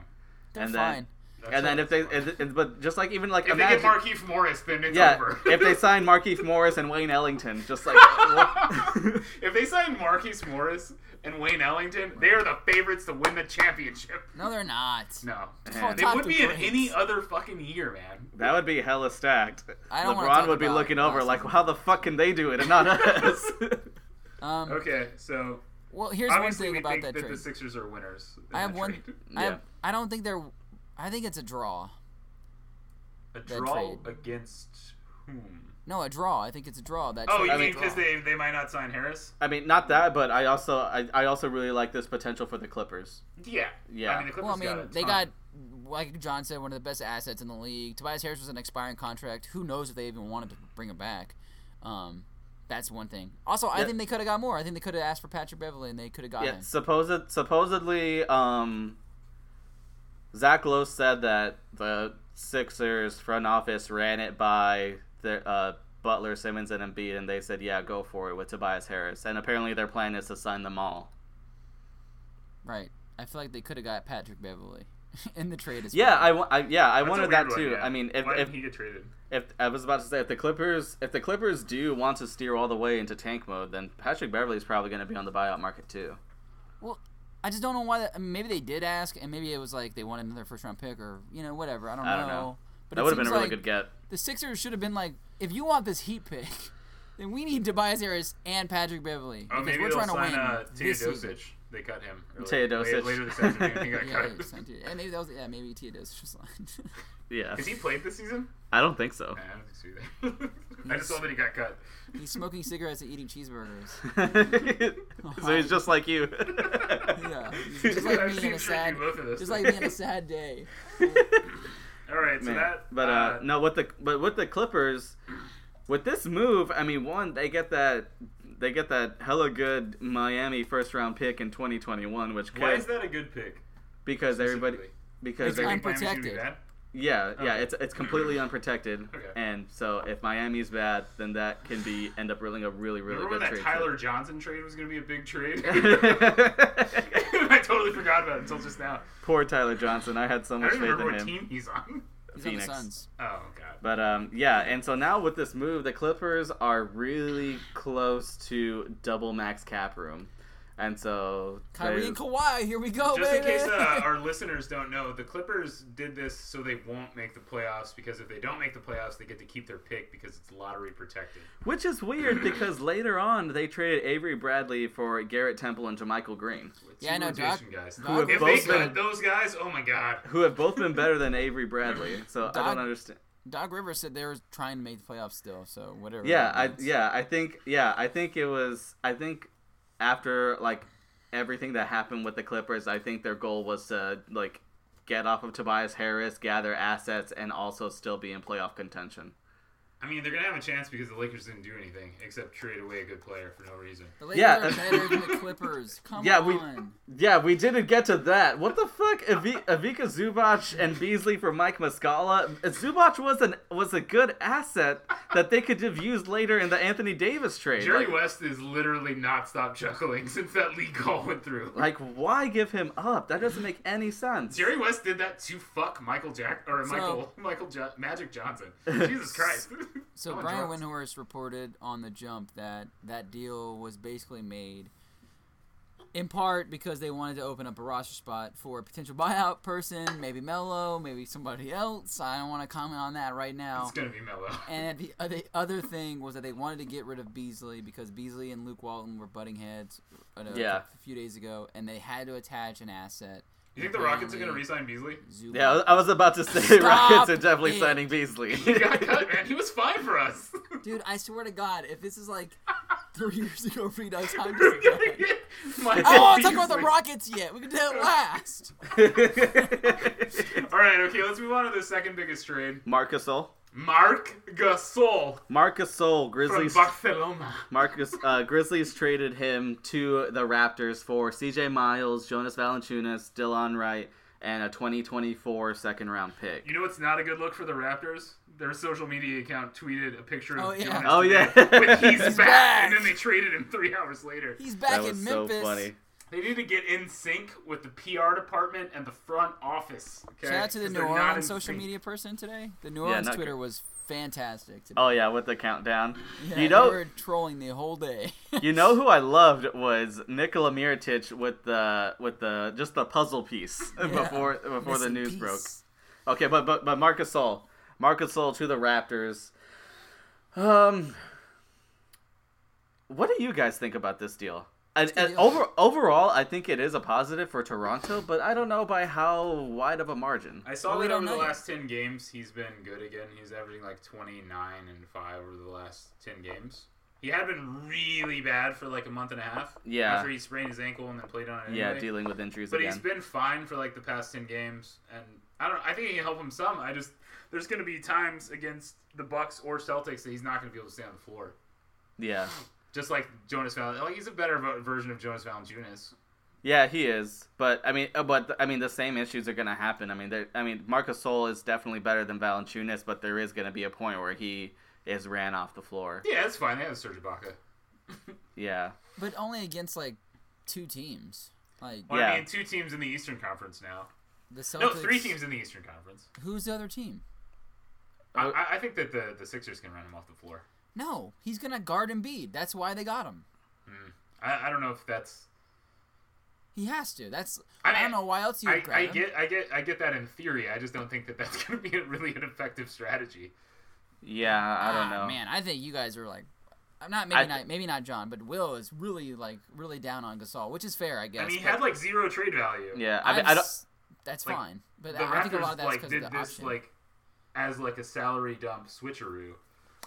S1: They're
S3: and then
S1: fine.
S2: That's
S3: and then
S2: all-
S3: if they, and- and- but just like even like
S2: if they
S3: imagine,
S2: get Markeith Morris, then it's
S3: yeah,
S2: over.
S3: if they sign Markeith Morris and Wayne Ellington, just like what-
S2: if they sign Marquise Morris and Wayne Ellington, they are the favorites to win the championship.
S1: No, they're not.
S2: No,
S3: Man.
S2: they
S1: Talk
S2: would
S1: to
S2: be in
S1: greats.
S2: any other fucking year, man.
S3: that would be hella stacked.
S1: I don't wanna
S3: LeBron
S1: talk
S3: would be
S1: about
S3: looking over
S1: last
S3: like,
S1: season.
S3: how the fuck can they do it and not us?
S1: Um,
S2: Okay, so
S1: Well, here's one
S2: obviously
S1: thing
S2: we
S1: about
S2: think
S1: that
S2: that, the
S1: trade.
S2: Sixers are winners. in
S1: I have
S2: that
S1: one.
S2: trade.
S1: I,
S3: Yeah.
S1: I don't think they're. I think it's a draw.
S2: A draw
S1: trade.
S2: against whom?
S1: No, a draw. I think it's a draw. That
S2: Oh,
S1: trade
S2: you
S1: is a
S2: mean
S1: draw.
S2: because they they might not sign Harris?
S3: I mean, not that, but I also I, I also really like this potential for the Clippers.
S2: Yeah.
S3: Yeah.
S2: I mean, the Clippers
S1: Well, I mean,
S2: got a
S1: they
S2: ton.
S1: got, like John said, one of the best assets in the league. Tobias Harris was an expiring contract. Who knows if they even wanted to bring him back? Um, that's one thing. Also, I
S3: Yeah.
S1: think they could have got more. I think they could have asked for Patrick Beverly, and they could have got
S3: Yeah,
S1: him.
S3: supposed supposedly, um, Zach Lowe said that the Sixers front office ran it by their uh, Butler, Simmons, and Embiid, and they said, "Yeah, go for it with Tobias Harris." And apparently, their plan is to sign them all.
S1: Right. I feel like they could have got Patrick Beverly in the trade. As well.
S3: Yeah, I, wa- I yeah I
S2: That's a
S3: wondered
S2: weird
S3: that
S2: one,
S3: too.
S2: yeah.
S3: I mean, if,
S2: Why
S3: if
S2: didn't he get traded?
S3: if I was about to say if the Clippers if the Clippers do want to steer all the way into tank mode, then Patrick Beverly's probably going to be on the buyout market too.
S1: Well, I just don't know why. That, I mean, maybe they did ask, and maybe it was like they wanted another first round pick, or you know, whatever. I don't know.
S3: I don't know.
S1: But
S3: that
S1: it
S3: would have been a
S1: seems
S3: really
S1: like
S3: good get.
S1: The Sixers should have been like, if you want this Heat pick, then we need Tobias Harris and Patrick Beverly
S2: Oh,
S1: because
S2: maybe
S1: we're
S2: they'll
S1: trying to
S2: sign
S1: win
S2: uh,
S1: this season.
S2: Teodosic. They cut him. early.
S3: Teodosic.
S2: Late- Later this afternoon, he got
S1: Yeah,
S2: cut.
S1: he was signed to- and maybe that was yeah, maybe Teodosic was signed.
S3: Yeah,
S2: Has he played this season?
S3: I don't think so.
S2: Nah, I don't think so either. I just saw that he got cut.
S1: He's smoking cigarettes and eating cheeseburgers.
S3: so he's just like you.
S1: Yeah, he's just like
S2: I've
S1: me
S2: seen
S1: in a
S2: Tricky
S1: sad,
S2: both of us.
S1: just like me on a sad day.
S2: All right, so
S3: Man.
S2: that.
S3: but uh, no, with the but with the Clippers, with this move, I mean, one they get that they get that hella good Miami first round pick in 2021, which could
S2: Why is that a good pick?
S3: because everybody
S2: specifically?
S3: because
S1: It's
S3: they
S1: un-
S2: Think Miami's gonna be
S1: Unprotected.
S2: bad?
S3: Yeah, yeah,
S2: Okay.
S3: it's it's completely unprotected,
S2: Okay.
S3: and so if Miami's bad, then that can be end up ruling a really really
S2: Remember when
S3: good trade.
S2: that Tyler Johnson trade was going to be a big trade?
S3: trade.
S2: I totally forgot about it until just now.
S3: Poor Tyler Johnson, I had so
S2: I
S3: much
S2: don't even
S3: faith
S2: remember
S3: in
S2: what
S3: him.
S2: team he's on.
S1: He's
S3: Phoenix.
S1: on the Suns.
S2: Oh god.
S3: But um, yeah, and so now with this move, the Clippers are really close to double max cap room, and so
S1: Kyrie
S3: they-
S1: and Kawhi, here we go,
S2: Just in
S1: baby.
S2: case uh, our listeners don't know, the Clippers did this so they won't make the playoffs because if they don't make the playoffs, they get to keep their pick because it's lottery protected.
S3: which is weird because later on they traded Avery Bradley for Garrett Temple and Jermichael Green,
S2: It's
S1: Yeah, I know,
S2: rotation
S1: Doc-
S2: guys.
S1: Doc
S2: if they
S3: Wilson-
S2: cut those guys, oh my god.
S3: who have both been better than Avery Bradley. So I
S1: Doc-
S3: don't understand.
S1: Doc Rivers said they were trying to make the playoffs still, so whatever.
S3: Yeah,
S1: that
S3: I
S1: means.
S3: yeah, I think yeah, I think it was I think after like everything that happened with the Clippers, I think their goal was to like get off of Tobias Harris, gather assets and also still be in playoff contention.
S2: I mean, they're gonna have a chance because the Lakers didn't do anything except trade away a good player for no reason.
S1: The Lakers
S3: Yeah.
S1: are better than the Clippers. Come
S3: Yeah, we-
S1: on.
S3: Yeah, we didn't get to that. What the fuck? Avi- Avika Zubac and Beasley for Mike Muscala. Zubac was an was a good asset that they could have used later in the Anthony Davis trade.
S2: Jerry
S3: like,
S2: West is literally not stopped chuckling since that league call went through.
S3: like, why give him up? That doesn't make any sense.
S2: Jerry West did that to fuck Michael Jack or
S1: So-
S2: Michael Michael jo- Magic Johnson. Jesus Christ.
S1: So
S2: I'm on
S1: Brian
S2: drugs.
S1: Windhorst reported on the jump that that deal was basically made in part because they wanted to open up a roster spot for a potential buyout person, maybe Melo, maybe somebody else. I don't want to comment on that right now.
S2: It's gonna be mellow.
S1: And the other, other thing was that they wanted to get rid of Beasley because Beasley and Luke Walton were butting heads uh,
S3: Yeah.
S1: a few days ago, and they had to attach an asset.
S2: You think the Rockets are gonna
S1: Apparently,
S2: resign Beasley?
S1: Zubac-
S3: Yeah, I was about to say
S1: Stop
S3: Rockets are definitely
S1: it.
S3: signing Beasley.
S2: He got cut, man. He was fine for us.
S1: Dude, I swear to God, if this is like three years ago, free dogs, I'm
S2: We're
S1: just
S2: gonna get Michael
S1: I Oh, don't want to talk about the
S2: Beasley.
S1: Rockets yet. We can do that last.
S2: All right, okay, let's move on to the second biggest trade.
S3: Marcusol.
S2: Mark Gasol
S3: Marcusol,
S2: from
S3: Grizzlies.
S2: Barcelona.
S3: Marcus uh, Grizzlies traded him to the Raptors for C.J. Miles, Jonas Valanciunas, Dylan Wright, and a 2024 second round pick.
S2: You know what's not a good look for the Raptors? Their social media account tweeted a picture of
S1: Oh, yeah.
S2: Jonas
S3: Oh yeah,
S2: when he's back,
S1: back.
S2: and then they traded him three hours later.
S1: He's back
S3: that was
S1: in
S3: so
S1: Memphis.
S3: funny.
S2: They need to get in sync with the PR department and the front office. Okay?
S1: Shout out to the
S2: 'Cause
S1: New
S2: they're not
S1: Orleans
S2: in
S1: social
S2: sync.
S1: media person today. The New Orleans
S3: not
S1: Twitter
S3: good.
S1: was fantastic today.
S3: Oh yeah, with the countdown.
S1: Yeah,
S3: you know,
S1: we were trolling the whole day.
S3: you know who I loved was Nikola Mirotic with the with the just the puzzle piece before before the
S1: Missing
S3: news
S1: piece.
S3: broke. Okay, but but but Marcus Sol, Marcus Sol to the Raptors. Um, what do you guys think about this deal? And,
S1: a
S3: and
S1: deal.
S3: over overall, I think it is a positive for Toronto, but I don't know by how wide of a margin.
S2: I saw
S1: Well, we
S2: that
S1: don't
S2: over the
S1: know yet.
S2: last ten games, he's been good again. He's averaging like twenty nine and five over the last ten games. He had been really bad for like a month and a half.
S3: Yeah.
S2: After he sprained his ankle and then played on it. Anyway.
S3: Yeah, dealing with injuries
S2: But he's
S3: again.
S2: been fine for like the past ten games, and I don't. I think he can help him some. I just there's going to be times against the Bucks or Celtics that he's not going to be able to stay on the floor.
S3: Yeah,
S2: Just like Jonas Valanciunas, like he's a better vo- version of Jonas Valanciunas.
S3: yeah, he is. But I mean, uh, but I mean, the same issues are gonna happen. I mean, there- I mean, Marcus Sol is definitely better than Valanciunas, but there is gonna be a point where he is ran off the floor.
S2: Yeah, that's fine. They have Serge Ibaka.
S3: Yeah,
S1: But only against like two teams. Like
S2: Well,
S3: Yeah.
S2: I mean, two teams in the Eastern Conference now.
S1: the Celtics.
S2: No, three teams in the Eastern Conference.
S1: Who's the other team?
S3: Oh.
S2: I, I- I think that the, the Sixers can run him off the floor.
S1: No, he's gonna guard Embiid. That's why they got him.
S2: I, I don't know if that's.
S1: He has to. That's I,
S2: I mean,
S1: don't know why else you
S2: I,
S1: would grab
S2: I
S1: him.
S2: get I get I get that in theory. I just don't think that that's going to be a, really an effective strategy.
S3: yeah, I don't
S1: Ah,
S3: know.
S1: Man, I think you guys are like, I'm not maybe
S3: I-
S1: not maybe not John, but Will is really like really down on Gasol, which is fair, I guess.
S2: I mean, he
S1: but
S2: had like zero trade value.
S3: Yeah, I, mean,
S1: I've
S3: I don't.
S1: s- That's
S2: like,
S1: fine, but
S2: the
S1: I think a lot
S2: Raptors
S1: of that's
S2: like
S1: because of
S2: did
S1: the
S2: this
S1: option.
S2: like as like a salary dump switcheroo.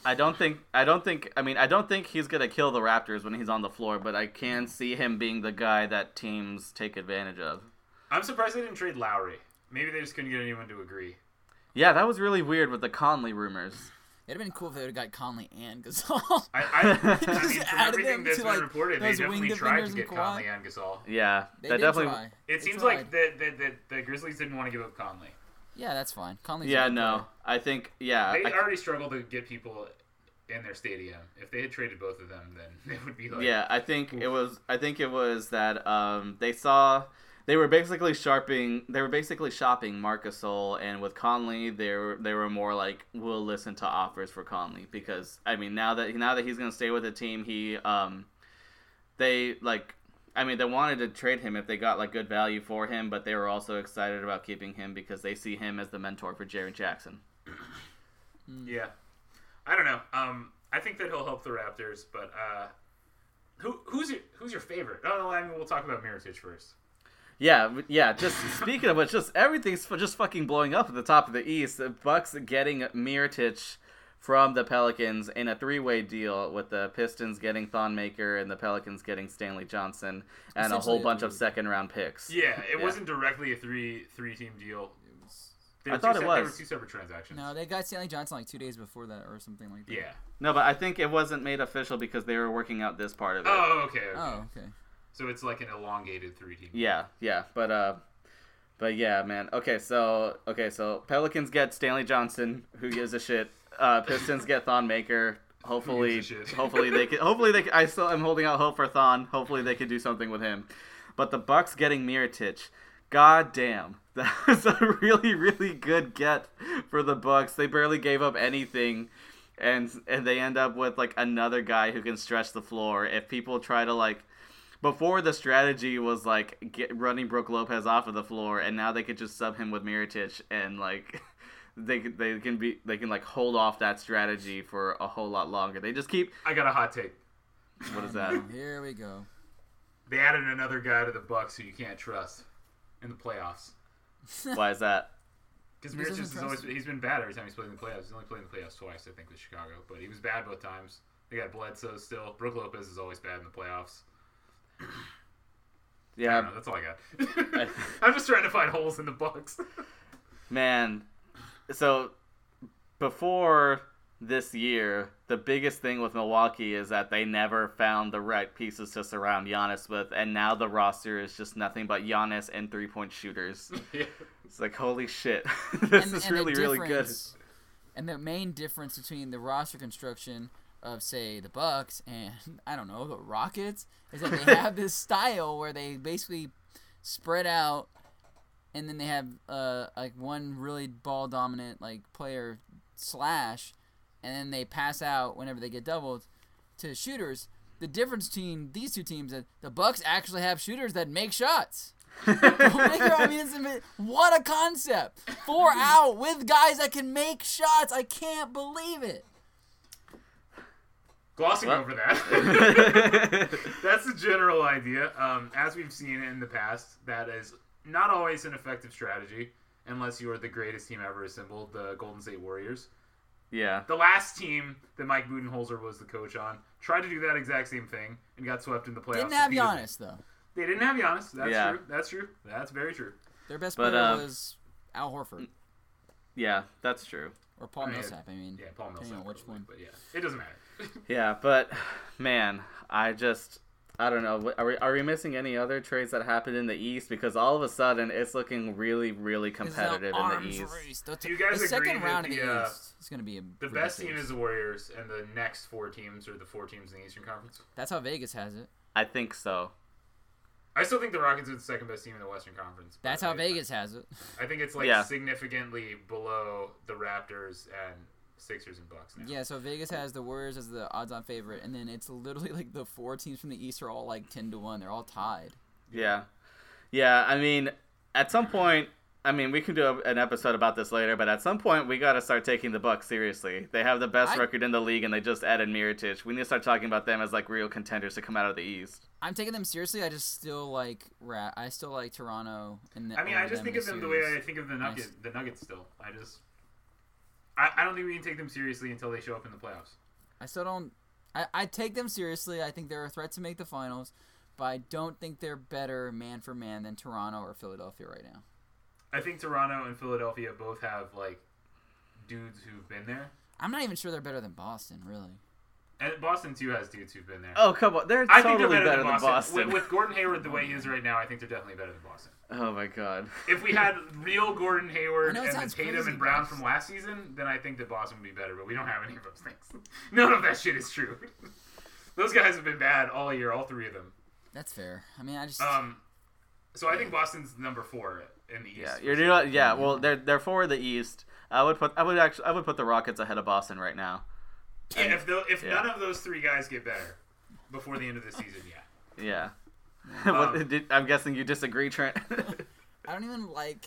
S3: I don't think I don't think I mean I don't think he's gonna kill the Raptors when he's on the floor, but I can see him being the guy that teams take advantage of.
S2: I'm surprised they didn't trade Lowry. Maybe they just couldn't get anyone to agree.
S3: Yeah, that was really weird with the Conley rumors.
S1: It'd have been cool if they would have got Conley and Gasol.
S2: I, I, I mean,
S1: Just
S2: from
S1: added
S2: everything
S1: them
S2: that's
S1: to,
S2: been
S1: like,
S2: reported, they
S1: those
S2: definitely
S1: wing
S2: tried
S1: defenders
S2: to
S1: and
S2: get
S1: Kawhi.
S2: Conley and Gasol.
S3: Yeah,
S1: They
S3: that
S1: did
S3: definitely.
S1: try.
S2: It
S1: They
S2: seems
S1: tried.
S2: like the, the, the, the Grizzlies didn't want to give up Conley.
S1: yeah, that's fine. Conley's
S3: Yeah,
S1: a good
S3: no,
S1: player.
S3: I think
S1: Uh,
S3: yeah.
S2: They
S3: I-
S2: already struggled to get people in their stadium. If they had traded both of them, then it would be like
S3: Yeah, I think it was. I think it was that um, they saw they were basically sharping. They were basically shopping Marcusol, and with Conley, they were they were more like we'll listen to offers for Conley because I mean now that now that he's gonna stay with the team, he um, they like. I mean, they wanted to trade him if they got like good value for him, but they were also excited about keeping him because they see him as the mentor for Jaron Jackson.
S2: yeah. I don't know. Um, I think that he'll help the Raptors, but uh, who who's your who's your favorite? Oh, no, I mean, we'll talk about Miritich first.
S3: Yeah, w- yeah. Just speaking of which, just everything's fu- just fucking blowing up at the top of the East. The Bucks getting Miritich from the Pelicans in a three-way deal, with the Pistons getting Thonmaker and the Pelicans getting Stanley Johnson and a
S1: Essentially
S3: whole
S1: a
S3: bunch of
S1: three-way.
S3: second-round picks.
S2: Yeah, it
S3: Yeah.
S2: wasn't directly a three three team deal. They
S3: I
S2: were two
S3: thought it
S2: se- They were
S3: was.
S2: two separate transactions.
S1: No, they got Stanley Johnson like two days before that or something like that.
S2: yeah.
S3: No, but I think it wasn't made official because they were working out this part of it.
S2: Oh, okay. okay.
S1: Oh, okay.
S2: So it's like an elongated 3D.
S3: Yeah, yeah, but uh, but yeah, man. Okay, so okay, so Pelicans get Stanley Johnson, who gives a shit. Uh, Pistons get Thon Maker. Hopefully,
S2: gives a shit?
S3: hopefully they can. Hopefully they. Can, I still am holding out hope for Thon. Hopefully they can do something with him. But the Bucks getting Miritich. God damn, that was a really really good get for the Bucks. They barely gave up anything. And, and they end up with like another guy who can stretch the floor if people try to like before the strategy was like get, running Brooke Lopez off of the floor, and now they could just sub him with Miritich, and like they could- they can be they can like hold off that strategy for a whole lot longer. They just keep
S2: I got a hot take.
S3: what is that?
S1: Oh, Here we go.
S2: They added another guy to the Bucks who you can't trust in the playoffs.
S3: Why is that?
S2: Because
S1: This
S2: Miritich
S1: is
S2: has always
S1: impressive.
S2: he's been bad every time he's played in the playoffs. He's only played in the playoffs twice, I think, with Chicago, but he was bad both times. They got Bledsoe still. Brooke Lopez is always bad in the playoffs. I don't
S3: Yeah,
S2: know, that's all I got. I'm just trying to find holes in the Bucks.
S3: man. So before this year, the biggest thing with Milwaukee is that they never found the right pieces to surround Giannis with, and now the roster is just nothing but Giannis and three point shooters.
S2: yeah.
S3: It's like holy shit, this
S1: And-
S3: is
S1: and the
S3: really really good.
S1: difference- And the main difference between the roster construction of say the Bucks and I don't know the Rockets is that they have this style where they basically spread out, and then they have uh, like one really ball dominant like player slash, and then they pass out whenever they get doubled to shooters. The difference between these two teams is that the Bucks actually have shooters that make shots. Maker, I mean, it's, ama- what a concept! Four out with guys that can make shots. I can't believe it.
S2: Glossing
S3: Well-
S2: over that. That's the general idea. Um, as we've seen in the past, that is not always an effective strategy unless you are the greatest team ever assembled, the Golden State Warriors.
S3: yeah.
S2: The last team that Mike Budenholzer was the coach on tried to do that exact same thing and got swept in the playoffs.
S1: Didn't have
S2: repeatedly.
S1: Giannis though.
S2: They didn't have Giannis. That's
S3: Yeah.
S2: true. That's true. That's very true.
S1: Their best
S3: But, Mm.
S1: player
S3: um,
S1: was Al Horford
S3: Yeah, that's true.
S1: or Paul
S2: I mean,
S1: Millsap. I mean,
S2: Yeah, Paul
S1: Depending
S2: Millsap.
S1: on which
S2: probably,
S1: one.
S2: But yeah, it doesn't matter.
S3: Yeah, but man, I just I don't know. Are we are we missing any other trades that happened in the East? Because all of a sudden it's looking really really
S1: this is an
S3: competitive in the
S1: arms
S3: East.
S1: race. The,
S2: Do you guys
S1: the second
S2: agree
S1: round
S2: that
S1: of
S2: the,
S1: the
S2: uh,
S1: East is going to be a
S2: The best team is the Warriors, and the next four teams are the four teams in the Eastern Conference.
S1: That's how Vegas has it.
S3: I think so.
S2: I still think the Rockets are the second best team in the Western Conference. but
S1: That's how
S2: I-
S1: Vegas has it.
S2: I think it's like
S3: Yeah.
S2: significantly below the Raptors and Sixers and Bucks now.
S1: Yeah, so Vegas has the Warriors as the odds-on favorite, and then it's literally like the four teams from the East are all like ten to one. They're all tied.
S3: Yeah. Yeah, I mean, at some point, I mean, we can do a, an episode about this later, but at some point we got to start taking the Bucks seriously. They have the best
S1: I-
S3: record in the league and they just added Miritich. We need to start talking about them as like real contenders to come out of the East.
S1: I'm taking them seriously. I just still like rat. I still like Toronto. And the,
S2: I mean,
S1: over
S2: I just think
S1: in
S2: of them the way
S1: series.
S2: I think of the
S1: Nice.
S2: Nuggets. The Nuggets still. I just, I, I don't think we can take them seriously until they show up in the playoffs.
S1: I still don't. I, I take them seriously. I think they're a threat to make the finals, but I don't think they're better man for man than Toronto or Philadelphia right now.
S2: I think Toronto and Philadelphia both have like dudes who've been there,
S1: I'm not even sure they're better than Boston, really.
S2: and Boston too has dudes who've been there.
S3: Oh, come on. They're
S2: I think
S3: totally
S2: they're better, than Boston.
S3: Boston.
S2: With, with Gordon Hayward the way he is right now, I think they're definitely better than Boston.
S3: Oh my god.
S2: If we had real Gordon
S1: I
S2: Hayward
S1: know it
S2: and the
S1: sounds
S2: Tatum
S1: crazy,
S2: and Brown
S1: but-
S2: from last season, then I think that Boston would be better. But we don't have any of those things. None of that shit is true. those guys have been bad all year, all three of them.
S1: That's fair. I mean, I just
S2: Um, so I think Boston's number four in the East.
S3: Yeah,
S2: for
S3: you're
S2: sure.
S3: not, yeah. Well, they're they're for the East. I would put I would actually I would put the Rockets ahead of Boston right now.
S2: Yeah, if tho- if
S3: yeah.
S2: none of those three guys get better before the end of the season, yeah.
S3: Yeah.
S2: Um,
S3: What- did- I'm guessing you disagree, Trent.
S1: I don't even like.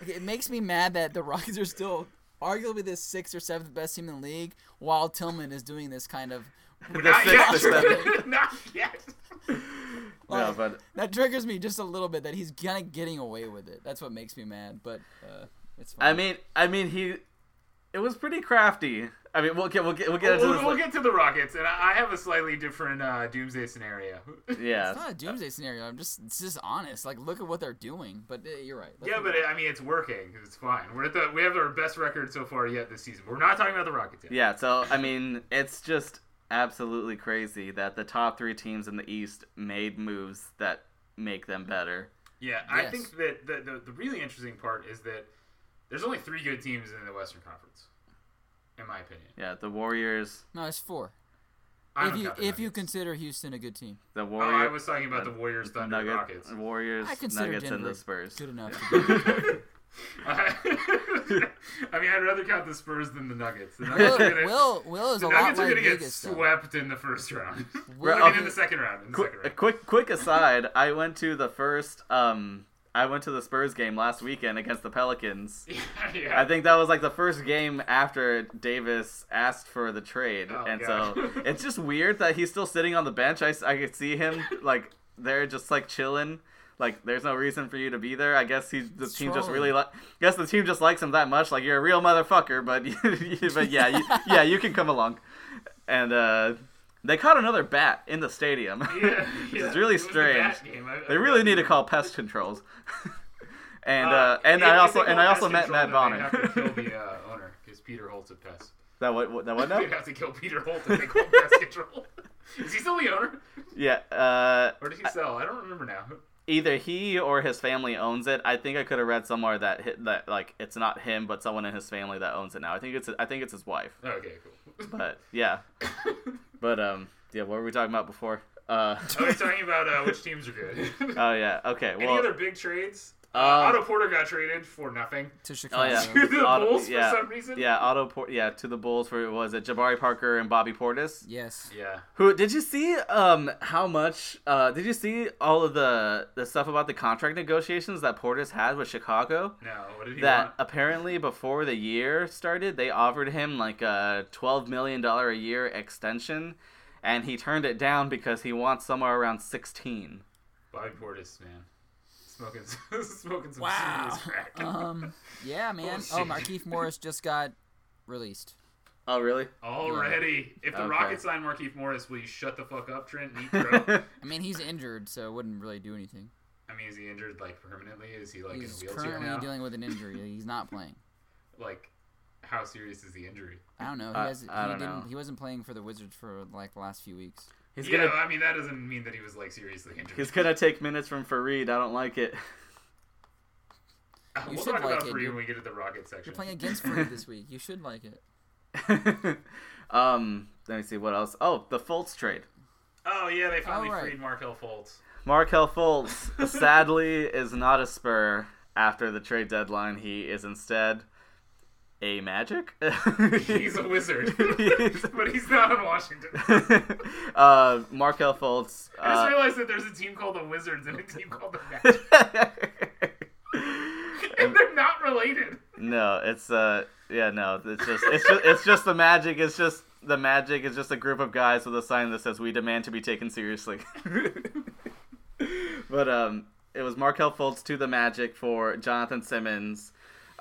S1: like, It makes me mad that the Rockets are still arguably the sixth or seventh best team in the league, while Tillman is doing this kind of.
S2: Not yet.
S3: sixth or
S2: Not yet.
S3: no, but
S1: That triggers me just a little bit that he's kind of getting away with it. That's what makes me mad. But uh, it's fine.
S3: I mean, I mean, he, it was pretty crafty. I mean, we'll get we'll get we'll get into
S2: we'll,
S3: this.
S2: we'll
S3: la-
S2: get to the Rockets, and I I have a slightly different uh, doomsday scenario.
S3: yeah.
S1: It's not a doomsday scenario. I'm just it's just honest. Like look at what they're doing. But eh, you're right. Let's
S2: yeah,
S1: move
S2: but
S1: on.
S2: I mean, it's working. It's fine. We're at the we have our best record so far yet this season. We're not talking about the Rockets yet.
S3: Yeah, so I mean, it's just absolutely crazy that the top three teams in the East made moves that make them better.
S2: Yeah, I
S1: Yes.
S2: think that the, the the really interesting part is that there's only three good teams in the Western Conference, in my opinion.
S3: Yeah, the Warriors,
S1: no, it's four.
S2: I
S1: if
S2: don't
S1: you
S2: count the
S1: if you
S2: Nuggets.
S1: consider Houston a good team,
S3: the
S2: Oh, I
S3: Warriors,
S2: was talking about the Warriors, Thunder,
S3: Nugget-
S2: Rockets.
S3: Warriors,
S1: I consider
S3: Nuggets, and
S1: Denver
S3: the Spurs.
S1: good enough. To be.
S2: I mean, I'd rather count the Spurs than the Nuggets. The Nuggets
S1: Will,
S2: are gonna,
S1: Will Will is
S2: the
S1: a lot
S2: Nuggets are
S1: like
S2: gonna get
S1: Vegas. though.
S2: swept in the first round.
S1: Will-
S2: I mean, in the second round. In the
S3: Quick,
S2: second
S3: a
S2: round.
S3: quick, quick aside. I went to the first. Um, I went to the Spurs game last weekend against the Pelicans.
S2: yeah.
S3: I think that was like the first game after Davis asked for the trade,
S2: Oh,
S3: and
S2: God.
S3: so it's just weird that he's still sitting on the bench. I, s- I could see him like there, just like chilling. Like there's no reason for you to be there. I guess he the
S1: It's
S3: team just
S1: trolling.
S3: really like. Guess the team just likes him that much. Like you're a real motherfucker, but you- but yeah, you, yeah, you can come along. And uh, they caught another bat in the stadium.
S2: yeah,
S3: which
S2: yeah.
S3: is really
S2: It was the bat
S3: strange.
S2: game. I- I-
S3: They really need to call pest controls. and uh,
S2: Uh,
S3: and
S2: if-
S3: I
S2: if
S3: also
S2: they
S3: and
S2: go
S3: I also
S2: pest
S3: met Matt
S2: control, then
S3: Bonner.
S2: They'd have to kill the uh, owner because Peter Holt's a pest.
S3: that what, what that what now?
S2: They'd have to kill Peter Holt if they call pest control. Is he still the owner,
S3: yeah. Uh,
S2: or did he sell? I don't remember now.
S3: either he or his family owns it. I think I could have read somewhere that hi- that like it's not him, but someone in his family that owns it now. I think it's I think it's his wife.
S2: Okay, cool.
S3: But yeah. but um yeah, what were we talking about before? Uh
S2: I was talking about uh, which teams are good.
S3: oh yeah. Okay.
S2: Any
S3: Well.
S2: other big trades? Uh,
S3: Uh,
S2: Otto Porter got traded for nothing.
S1: to Chicago.
S3: Oh yeah,
S2: To the
S3: Otto-
S2: Bulls for
S3: yeah,
S2: some reason?
S3: Yeah, Otto. Por- yeah, to the Bulls for was it Jabari Parker and Bobby Portis?
S1: Yes.
S2: Yeah.
S3: Who did you see? Um, how much? Uh, did you see all of the the stuff about the contract negotiations that Portis had with Chicago?
S2: No. What did he
S3: that
S2: want?
S3: apparently before the year started, they offered him like a twelve million dollar a year extension, and he turned it down because he wants somewhere around sixteen.
S2: Bobby Portis, man. Smoking, smoking some
S1: Wow.
S2: serious crack.
S1: Um. Yeah, man.
S2: shit.
S1: Oh, Markeith Morris just got released.
S3: Oh, really?
S2: Already, if the
S3: Okay.
S2: Rockets sign Markeith Morris, will you shut the fuck up, Trent? Neat bro.
S1: I mean, he's injured, so it wouldn't really do anything.
S2: I mean, is he injured like permanently? Is he like
S1: He's
S2: in a wheelchair
S1: currently
S2: now?
S1: dealing with an injury. He's not playing.
S2: Like, how serious is the injury?
S1: I don't know. He
S3: Uh,
S1: has.
S3: I
S1: he
S3: don't
S1: didn't.
S3: know.
S1: He wasn't playing for the Wizards for like the last few weeks.
S3: He's
S2: yeah,
S3: gonna
S2: I mean that doesn't mean that he was like seriously injured.
S3: he's gonna take minutes from Farid. I don't like it.
S2: Uh, we'll
S1: should
S2: talk
S1: like
S2: about
S1: it,
S2: Free
S1: dude.
S2: when we get to the Rockets section.
S1: You're playing against Free this week. You should like it.
S3: um, let me see what else. Oh, the Fultz trade.
S2: Oh yeah, they finally
S1: All right.
S2: freed Markel Fultz.
S3: Markel Fultz sadly is not a Spur after the trade deadline. He is instead a Magic.
S2: He's a wizard,
S3: He's-
S2: but he's not in Washington.
S3: uh, Markel Fultz.
S2: I just
S3: Uh,
S2: realized that there's a team called the Wizards and a team called the Magic, and they're not related.
S3: no, it's uh, yeah, no, it's just it's just it's just the Magic. It's just the Magic is just a group of guys with a sign that says "We demand to be taken seriously." but um, it was Markel Fultz to the Magic for Jonathan Simmons,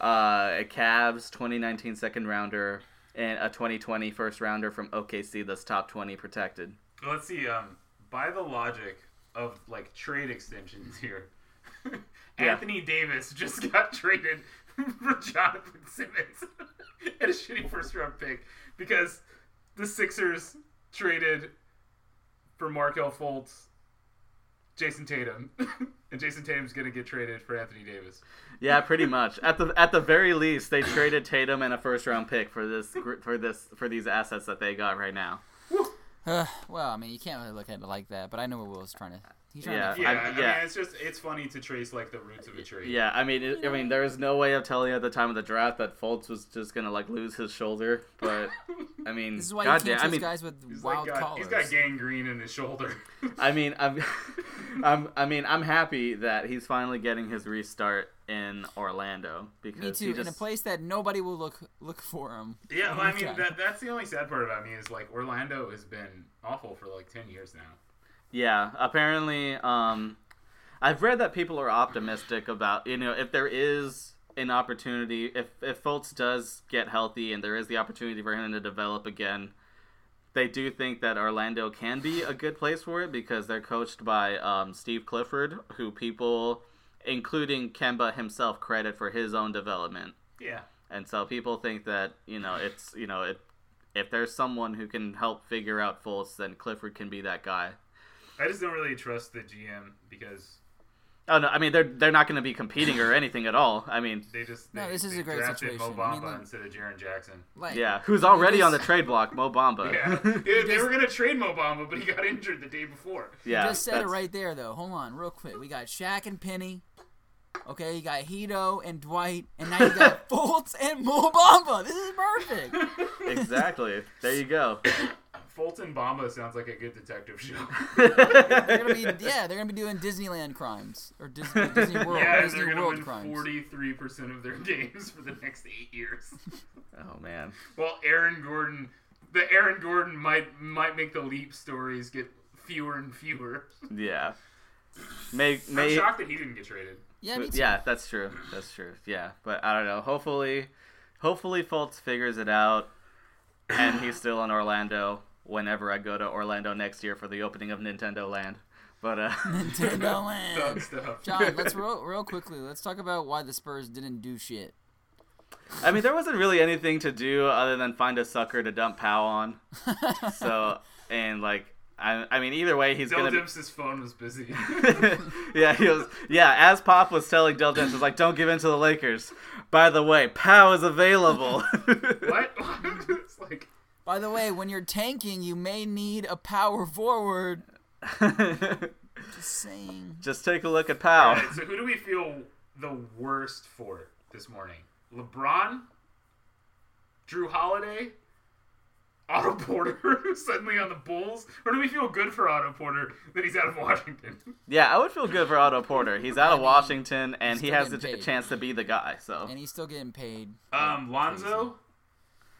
S3: uh, a Cavs 2019 second rounder. And a 2020 first rounder from OKC that's top 20 protected.
S2: Let's see. Um, by the logic of like trade extensions here, Anthony Davis just got traded for Jonathan Simmons at a shitty first round pick because the Sixers traded for Markel Fultz, Jason Tatum, and Jason Tatum's gonna get traded for Anthony Davis.
S3: Yeah, pretty much. At the at the very least, they traded Tatum and a first round pick for this gr- for this for these assets that they got right now.
S1: Uh, well, I mean, you can't really look at it like that. But I know what Will's trying to. He's trying
S3: Yeah.
S1: to.
S2: Yeah, I,
S3: I-
S2: mean,
S3: yeah.
S2: it's just it's funny to trace like the roots of a trade.
S3: Yeah, I mean, it, I mean, there was no way of telling at the time of the draft that Fultz was just gonna like lose his shoulder, but I mean,
S1: This is why you
S3: goddamn,
S1: can't
S3: I
S1: choose
S3: mean,
S1: guys with
S2: He's, like
S1: wild
S2: got,
S1: collars.
S2: he's got gangrene in his shoulder.
S3: I mean, I'm, I'm, I mean, I'm happy that he's finally getting his restart in Orlando because
S1: Me
S3: he
S1: too. In a
S3: just-
S1: place that nobody will look look for him.
S2: Yeah, well, I mean
S1: Okay.
S2: that, that's the only sad part about me is like Orlando has been awful for like ten years now.
S3: Yeah, apparently, um, I've read that people are optimistic about you know if there is an opportunity if if Fultz does get healthy and there is the opportunity for him to develop again. They do think that Orlando can be a good place for it because they're coached by um, Steve Clifford, who people, including Kemba himself, credit for his own development.
S2: Yeah.
S3: And so people think that you know it's you know it, if there's someone who can help figure out Fultz, then Clifford can be that guy.
S2: I just don't really trust the GM because
S3: Oh no, I mean they're they're not going to be competing or anything at all. I mean,
S2: they just
S1: No,
S2: they,
S1: this is
S2: they
S1: a great
S2: drafted Mo
S1: situation.
S2: Bamba
S1: I mean, like-
S2: instead of Jaron Jackson.
S1: Like,
S3: yeah, who's already on the
S1: just-
S3: trade block, Mo Bamba.
S2: Yeah, they, they
S1: just-
S2: were gonna trade Mo Bamba, but he got injured the day before.
S3: yeah
S1: just said it
S3: that's-
S1: right there, though. Hold on, real quick. We got Shaq and Penny. Okay, you got Hito and Dwight, and now you got Fultz and Mobamba. This is perfect.
S3: Exactly. There you go.
S2: Fulton Bamba sounds like a good detective show.
S1: They're
S3: Oh,
S1: gonna be yeah, they're gonna be doing Disneyland crimes or Disney, Disney World,
S2: yeah, and
S1: Disney
S2: they're gonna
S1: World
S2: win
S1: crimes.
S2: forty-three percent of their games for the next eight years.
S3: oh man.
S2: Well, Aaron Gordon, the Aaron Gordon might might make the leap stories get fewer and fewer.
S3: Yeah. May
S2: I'm
S3: may
S2: shocked that he didn't get traded.
S1: Yeah, me too.
S3: yeah, that's true. That's true. Yeah, but I don't know. Hopefully, hopefully Fultz figures it out, and he's still in Orlando. Whenever I go to Orlando next year for the opening of Nintendo Land, but uh,
S1: Nintendo
S2: Dumb
S1: Land.
S2: stuff.
S1: John, let's real, real quickly. Let's talk about why the Spurs didn't do shit.
S3: I mean, there wasn't really anything to do other than find a sucker to dump Pow on. So and like, I, I mean, either way, he's
S2: Del
S3: gonna. be-
S2: Dimps' phone was busy.
S3: yeah, he was. Yeah, as Pop was telling Del Dents, was like, "Don't give in to the Lakers." By the way, Pow is available.
S2: what? it's like
S1: By the way, when you're tanking, you may need a power forward. Just saying.
S3: Just take a look at
S2: All
S3: Pow.
S2: right, so who do we feel the worst for this morning? LeBron, Drew Holiday, Otto Porter suddenly on the Bulls, or do we feel good for Otto Porter that he's out of Washington?
S3: Yeah, I would feel good for Otto Porter. He's out of Washington, and he
S1: still
S3: has the
S1: getting
S3: ch-
S1: paid.
S3: chance to be the guy. So
S1: And he's still getting paid.
S2: Um, Lonzo,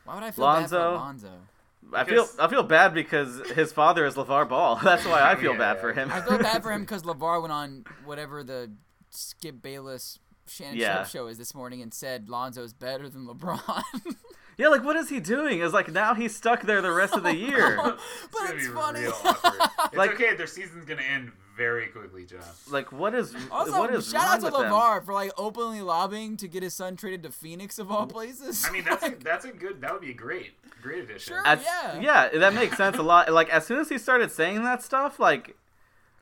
S1: Why would I feel bad
S3: Lonzo.
S1: for Lonzo?
S3: I feel
S2: because-
S3: I feel bad because his father is LeVar Ball. That's why I feel
S2: Yeah,
S3: bad
S2: yeah.
S3: for him.
S1: I feel bad for him because Levar went on whatever the Skip Bayless Shannon
S3: Yeah.
S1: Sharp show is this morning and said Lonzo's better than LeBron.
S3: yeah, like what is he doing? Is like now he's stuck there the rest of the year.
S1: but
S2: It's
S1: it's,
S2: gonna
S1: funny.
S2: be real awkward. It's
S3: Like-
S2: okay, their season's gonna end very quickly, John.
S3: Like what is
S1: Also,
S3: what is
S1: shout out to
S3: wrong with him?
S1: LeVar for like openly lobbying to get his son traded to Phoenix of all places.
S2: I mean, that's a, that's a good. That would be a great, great addition.
S1: Sure.
S3: As-
S1: Yeah.
S3: that makes sense a lot. Like as soon as he started saying that stuff, like,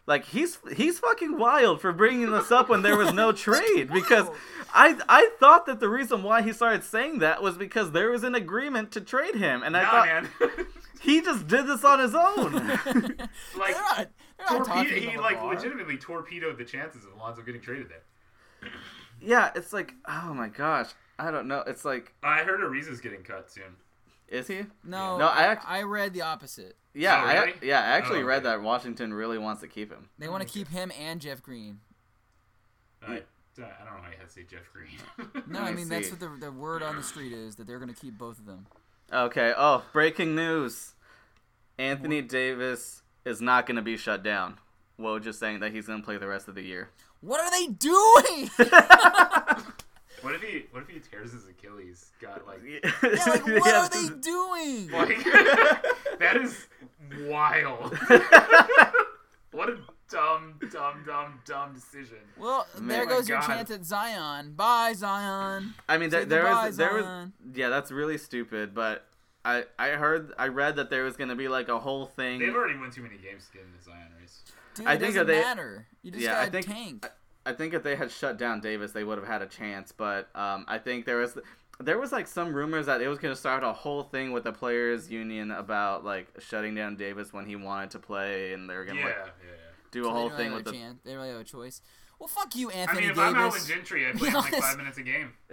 S3: like he's he's fucking wild for bringing this up when there was no trade because I I thought that the reason why he started saying that was because there was an agreement to trade him, and I
S2: Nah,
S3: thought
S2: man.
S3: he just did this on his own.
S2: like,
S1: they're not, they're not
S2: torpedo,
S1: talking
S2: he
S1: to
S2: like
S1: LeVar.
S2: legitimately torpedoed the chances of Lonzo getting traded there.
S3: yeah, it's like oh my gosh, I don't know. It's like
S2: I heard Ariza's getting cut soon.
S3: is he?
S1: No,
S3: No, I
S1: I,
S3: act-
S1: I read the opposite.
S3: Yeah,
S2: Oh,
S3: I,
S2: really?
S3: yeah. I actually
S2: Oh,
S3: read
S2: okay.
S3: that Washington really wants to keep him.
S1: They want to keep him and Jeff Green.
S2: I, I don't know why I had to say Jeff Green.
S1: No,
S3: Let
S1: I
S3: me
S1: mean that's
S3: see.
S1: what the, the word on the street is that they're going to keep both of them.
S3: Okay. Oh, breaking news. Anthony Davis is not going to be shut down. Whoa, just saying that he's going to play the rest of the year.
S1: What are they doing? yeah,
S2: what if he what if he tears his Achilles? Got like,
S1: like what
S3: Yeah.
S1: are they doing?
S2: like that is wild. what a dumb, dumb, dumb, dumb decision.
S1: Well, there
S3: Man.
S1: goes your
S2: God.
S1: chance at Zion. Bye, Zion.
S3: I mean, there,
S1: Say
S3: there
S1: goodbye,
S3: was, there was,
S1: Zion.
S3: yeah, that's really stupid. But I, I heard, I read that there was going to be like a whole thing.
S2: They've already won too many games to get in the Zion race.
S1: Dude,
S3: I
S1: it
S3: think
S1: doesn't
S3: that they-
S1: matter. You just
S3: yeah,
S1: gotta
S3: I think-
S1: tank.
S3: I think if they had shut down Davis, they would have had a chance. But um, I think there was there was like some rumors that it was going to start a whole thing with the players' union about like shutting down Davis when he wanted to play, and they were going
S2: Yeah,
S3: to
S2: yeah.
S3: like
S2: yeah.
S3: do a
S1: They
S3: whole
S1: don't
S3: thing
S1: really
S3: with
S1: have a
S3: the.
S1: chance. They don't really have a choice. Well, fuck you,
S2: I
S1: Anthony
S2: mean, if I'm out
S1: Davis.
S2: with Gentry, I play him like
S1: honest.
S2: five minutes a game.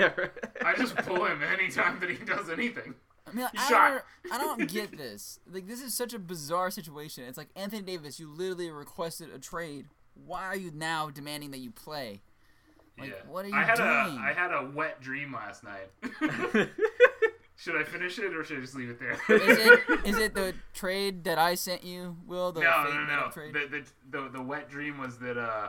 S3: yeah. right.
S2: I just pull him anytime that he does anything.
S1: I mean,
S2: He's
S1: I
S2: shot.
S1: don't, I don't get this. Like, this is such a bizarre situation. It's like Anthony Davis, you literally requested a trade. Why are you now demanding that you play? Like, what are you
S2: I had
S1: doing?
S2: A, I had a wet dream last night. should I finish it or should I just leave it there?
S1: Is it is it the trade that I sent you, Will? The
S2: no,
S1: fake
S2: no,
S1: metal
S2: no,
S1: trade?
S2: The, the, the, the wet dream was that uh,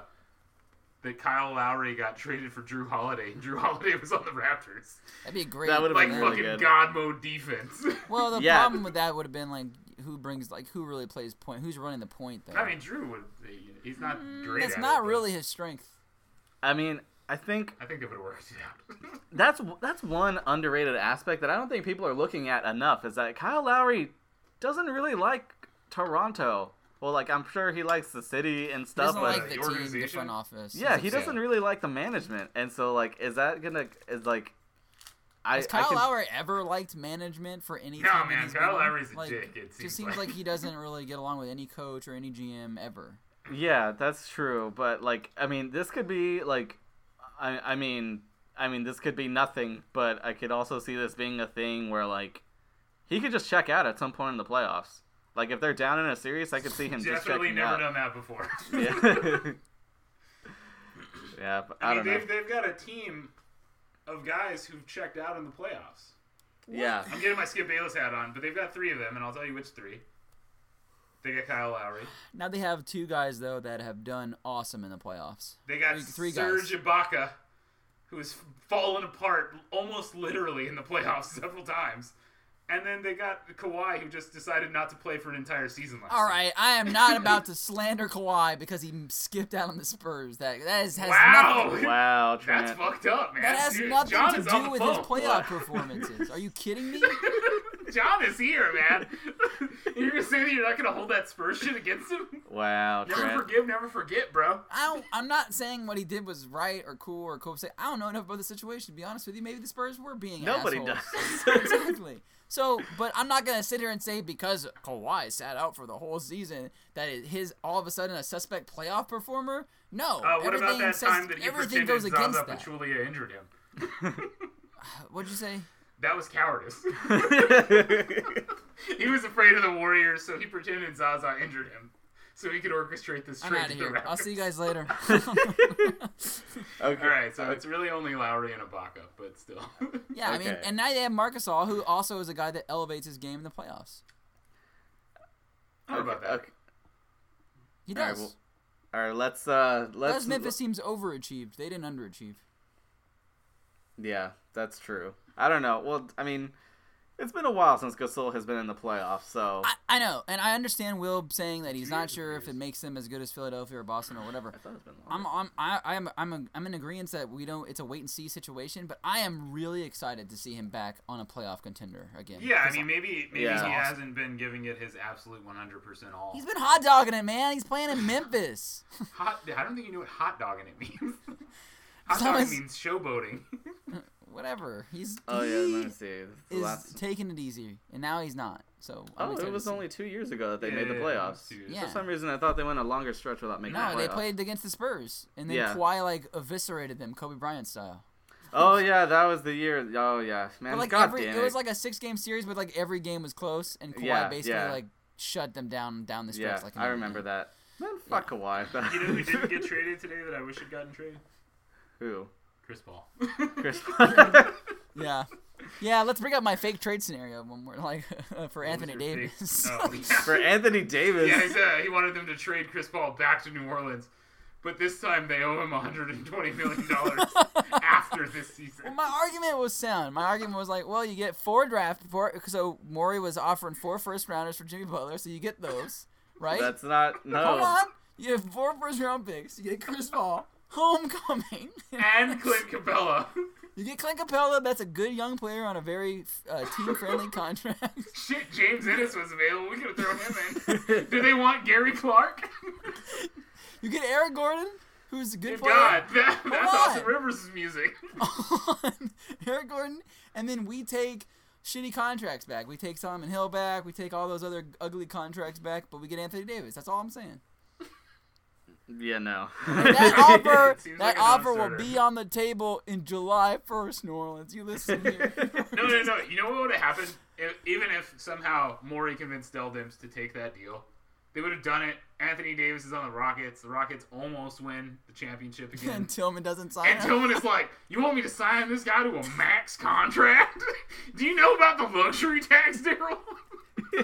S2: that Kyle Lowry got traded for Drew Holiday. Drew Holiday was on the Raptors.
S1: That'd be a great.
S3: That would've
S2: Like
S3: been
S1: yeah.
S3: really
S2: fucking
S3: good.
S2: god mode defense.
S1: Well, the
S3: Yeah.
S1: problem with that would have been like who brings like who really plays point, who's running the point though.
S2: I mean, Drew would. He's not great.
S1: That's
S2: at it,
S1: Mm, not
S2: but
S1: really his strength.
S3: I mean, I think
S2: I think it would have worked out.
S3: that's that's one underrated aspect that I don't think people are looking at enough is that Kyle Lowry doesn't really like Toronto. Well, like I'm sure he likes the city and
S1: He
S3: stuff,
S1: doesn't
S3: but
S1: like the
S2: the
S1: team, the
S2: organization?
S1: front office.
S3: yeah, he
S1: It's like-
S3: doesn't really like the management. And so, like, is that gonna is like, I,
S1: Has Kyle
S3: I can,
S1: Lowry ever liked management for any?
S2: No,
S1: team
S2: man,
S1: he's
S2: Kyle
S1: been on?
S2: Lowry's a
S1: like,
S2: dick, it
S1: just
S2: seems
S1: seems
S2: like.
S1: like he doesn't really get along with any coach or any GM ever.
S3: Yeah, that's true. But like, I mean, this could be like, I, I mean, I mean, this could be nothing. But I could also see this being a thing where like, he could just check out at some point in the playoffs. Like if they're down in a series, I could see him just
S2: Definitely
S3: checking
S2: never
S3: out.
S2: done that before.
S3: Yeah. yeah, but I,
S2: I mean,
S3: don't know.
S2: they've, they've got a team of guys who've checked out in the playoffs.
S3: Yeah,
S2: I'm getting my Skip Bayless hat on, but they've got three of them, and I'll tell you which three. They got Kyle Lowry.
S1: Now they have two guys though that have done awesome in the playoffs.
S2: They got
S1: Three- three
S2: Serge Ibaka, who has fallen apart almost literally in the playoffs several times. And then they got Kawhi, who just decided not to play for an entire season last
S1: All
S2: year.
S1: right, I am not about to slander Kawhi because he skipped out on the Spurs. That that is, has
S2: Wow!
S1: nothing.
S3: wow,
S2: That's
S3: Trent.
S2: fucked up, man.
S1: That has
S2: Dude,
S1: nothing
S2: John
S1: to
S2: is on
S1: do
S2: the
S1: with his
S2: phone.
S1: playoff performances. Are you kidding me?
S2: John is here, man. you're gonna say that you're not gonna hold that Spurs shit against him?
S3: Wow,
S2: Never
S3: Trent.
S2: forgive, never forget, bro.
S1: I don't, I'm not saying what he did was right or cool or cool. I don't know enough about the situation to be honest with you. Maybe the Spurs were being
S3: Nobody
S1: assholes.
S3: does.
S1: exactly. So, but I'm not gonna sit here and say because Kawhi sat out for the whole season that it, his all of a sudden a suspect playoff performer. No,
S2: Uh, what about that
S1: says-
S2: time that he
S1: everything
S2: pretended
S1: goes against
S2: Zaza
S1: that.
S2: Pachulia injured him?
S1: What'd you say?
S2: That was cowardice. he was afraid of the Warriors, so he pretended Zaza injured him, so he could orchestrate this
S1: I'm
S2: trade
S1: out
S2: to
S1: of
S2: the
S1: here.
S2: Raptors.
S1: I'll see you guys later.
S3: okay.
S2: All right, so it's really only Lowry and Ibaka, but still.
S1: yeah, I mean,
S3: Okay.
S1: and now they have Marcus All, who also is a guy that elevates his game in the playoffs.
S2: How about that?
S3: Okay.
S1: He
S3: All right,
S1: does.
S3: well, all right. Let's uh, let's
S1: Those Memphis teams overachieved. They didn't underachieve.
S3: Yeah, that's true. I don't know. Well, I mean, it's been a while since Gasol has been in the playoffs, so
S1: I, I know, and I understand Will saying that he's not sure if it makes them as good as Philadelphia or Boston or whatever.
S3: thought it's been
S1: I'm I'm I, I'm I'm I'm in agreement that we don't. It's a wait and see situation, but I am really excited to see him back on a playoff contender again.
S2: Yeah, I
S1: 'Cause
S2: mean, maybe maybe
S3: Yeah.
S2: he hasn't been giving it his absolute 100% all.
S1: he's been hot dogging it, man. He's playing in Memphis.
S2: Hot, I don't think you know what hot dogging it means. hot
S1: So
S2: dogging
S1: is-
S2: means showboating.
S1: whatever. He's
S3: Oh yeah,
S1: he
S3: let me see. The
S1: is
S3: last-
S1: taking it easy, and now he's not. So I'm
S3: Oh,
S1: excited
S3: it
S1: to
S3: was
S1: see.
S3: only two years ago that they
S2: Yeah,
S3: made the
S2: yeah, yeah,
S3: playoffs.
S2: two years.
S1: Yeah.
S3: For some reason, I thought they went a longer stretch without making.
S1: no.
S3: the
S1: They
S3: playoffs.
S1: played against the Spurs, and then
S3: Yeah.
S1: Kawhi like eviscerated them, Kobe Bryant style.
S3: Oh yeah, that was the year. Oh yeah, man.
S1: But like
S3: God
S1: every,
S3: damn
S1: it was like a six game series, but like every game was close, and Kawhi
S3: Yeah,
S1: basically
S3: yeah.
S1: like shut them down down the stretch.
S3: yeah,
S1: like
S3: I remember that. Man, fuck Kawhi.
S2: you know who didn't get traded today that I wish had gotten traded?
S3: Who?
S2: Chris Paul.
S3: Chris.
S1: that. Yeah, yeah. Let's bring up my fake trade scenario when we're like for Anthony
S2: Who's your pick?
S1: Davis.
S2: Oh, yeah.
S3: For Anthony Davis.
S2: Yeah, he's, uh, he wanted them to trade Chris Paul back to New Orleans, but this time they owe him 120 million dollars after this season.
S1: Well, Oh my argument was sound. My argument was like, well, you get four draft four. So Maury was offering four first rounders for Jimmy Butler, so you get those, right?
S3: That's not no.
S1: Hold on. You have four first round picks. You get Chris Paul, homecoming,
S2: and Clint Capella.
S1: you get Clint Capella. That's a good young player on a very uh, team friendly contract.
S2: Shit, James Ennis was available. We could have thrown him in. Do they want Gary Clark?
S1: You get Eric Gordon, who's a good player.
S2: God, that, that's
S1: on.
S2: Austin Rivers' music.
S1: Eric Gordon, and then we take shitty contracts back. We take Solomon Hill back. We take all those other ugly contracts back, but we get Anthony Davis. That's all I'm saying.
S3: Yeah, no.
S1: That offer,
S2: Seems
S1: that
S2: like a
S1: offer will
S2: non-starter.
S1: be on the table in July 1st, New Orleans. You listen here.
S2: No, no, no. You know what would have happened? If, even if somehow Maury convinced Dell Demps to take that deal, they would have done it. Anthony Davis is on the Rockets. The Rockets almost win the championship again.
S1: and Tillman doesn't sign
S2: And
S1: up.
S2: Tillman is like, You want me to sign this guy to a max contract? Do you know about the luxury tax, Daryl? Do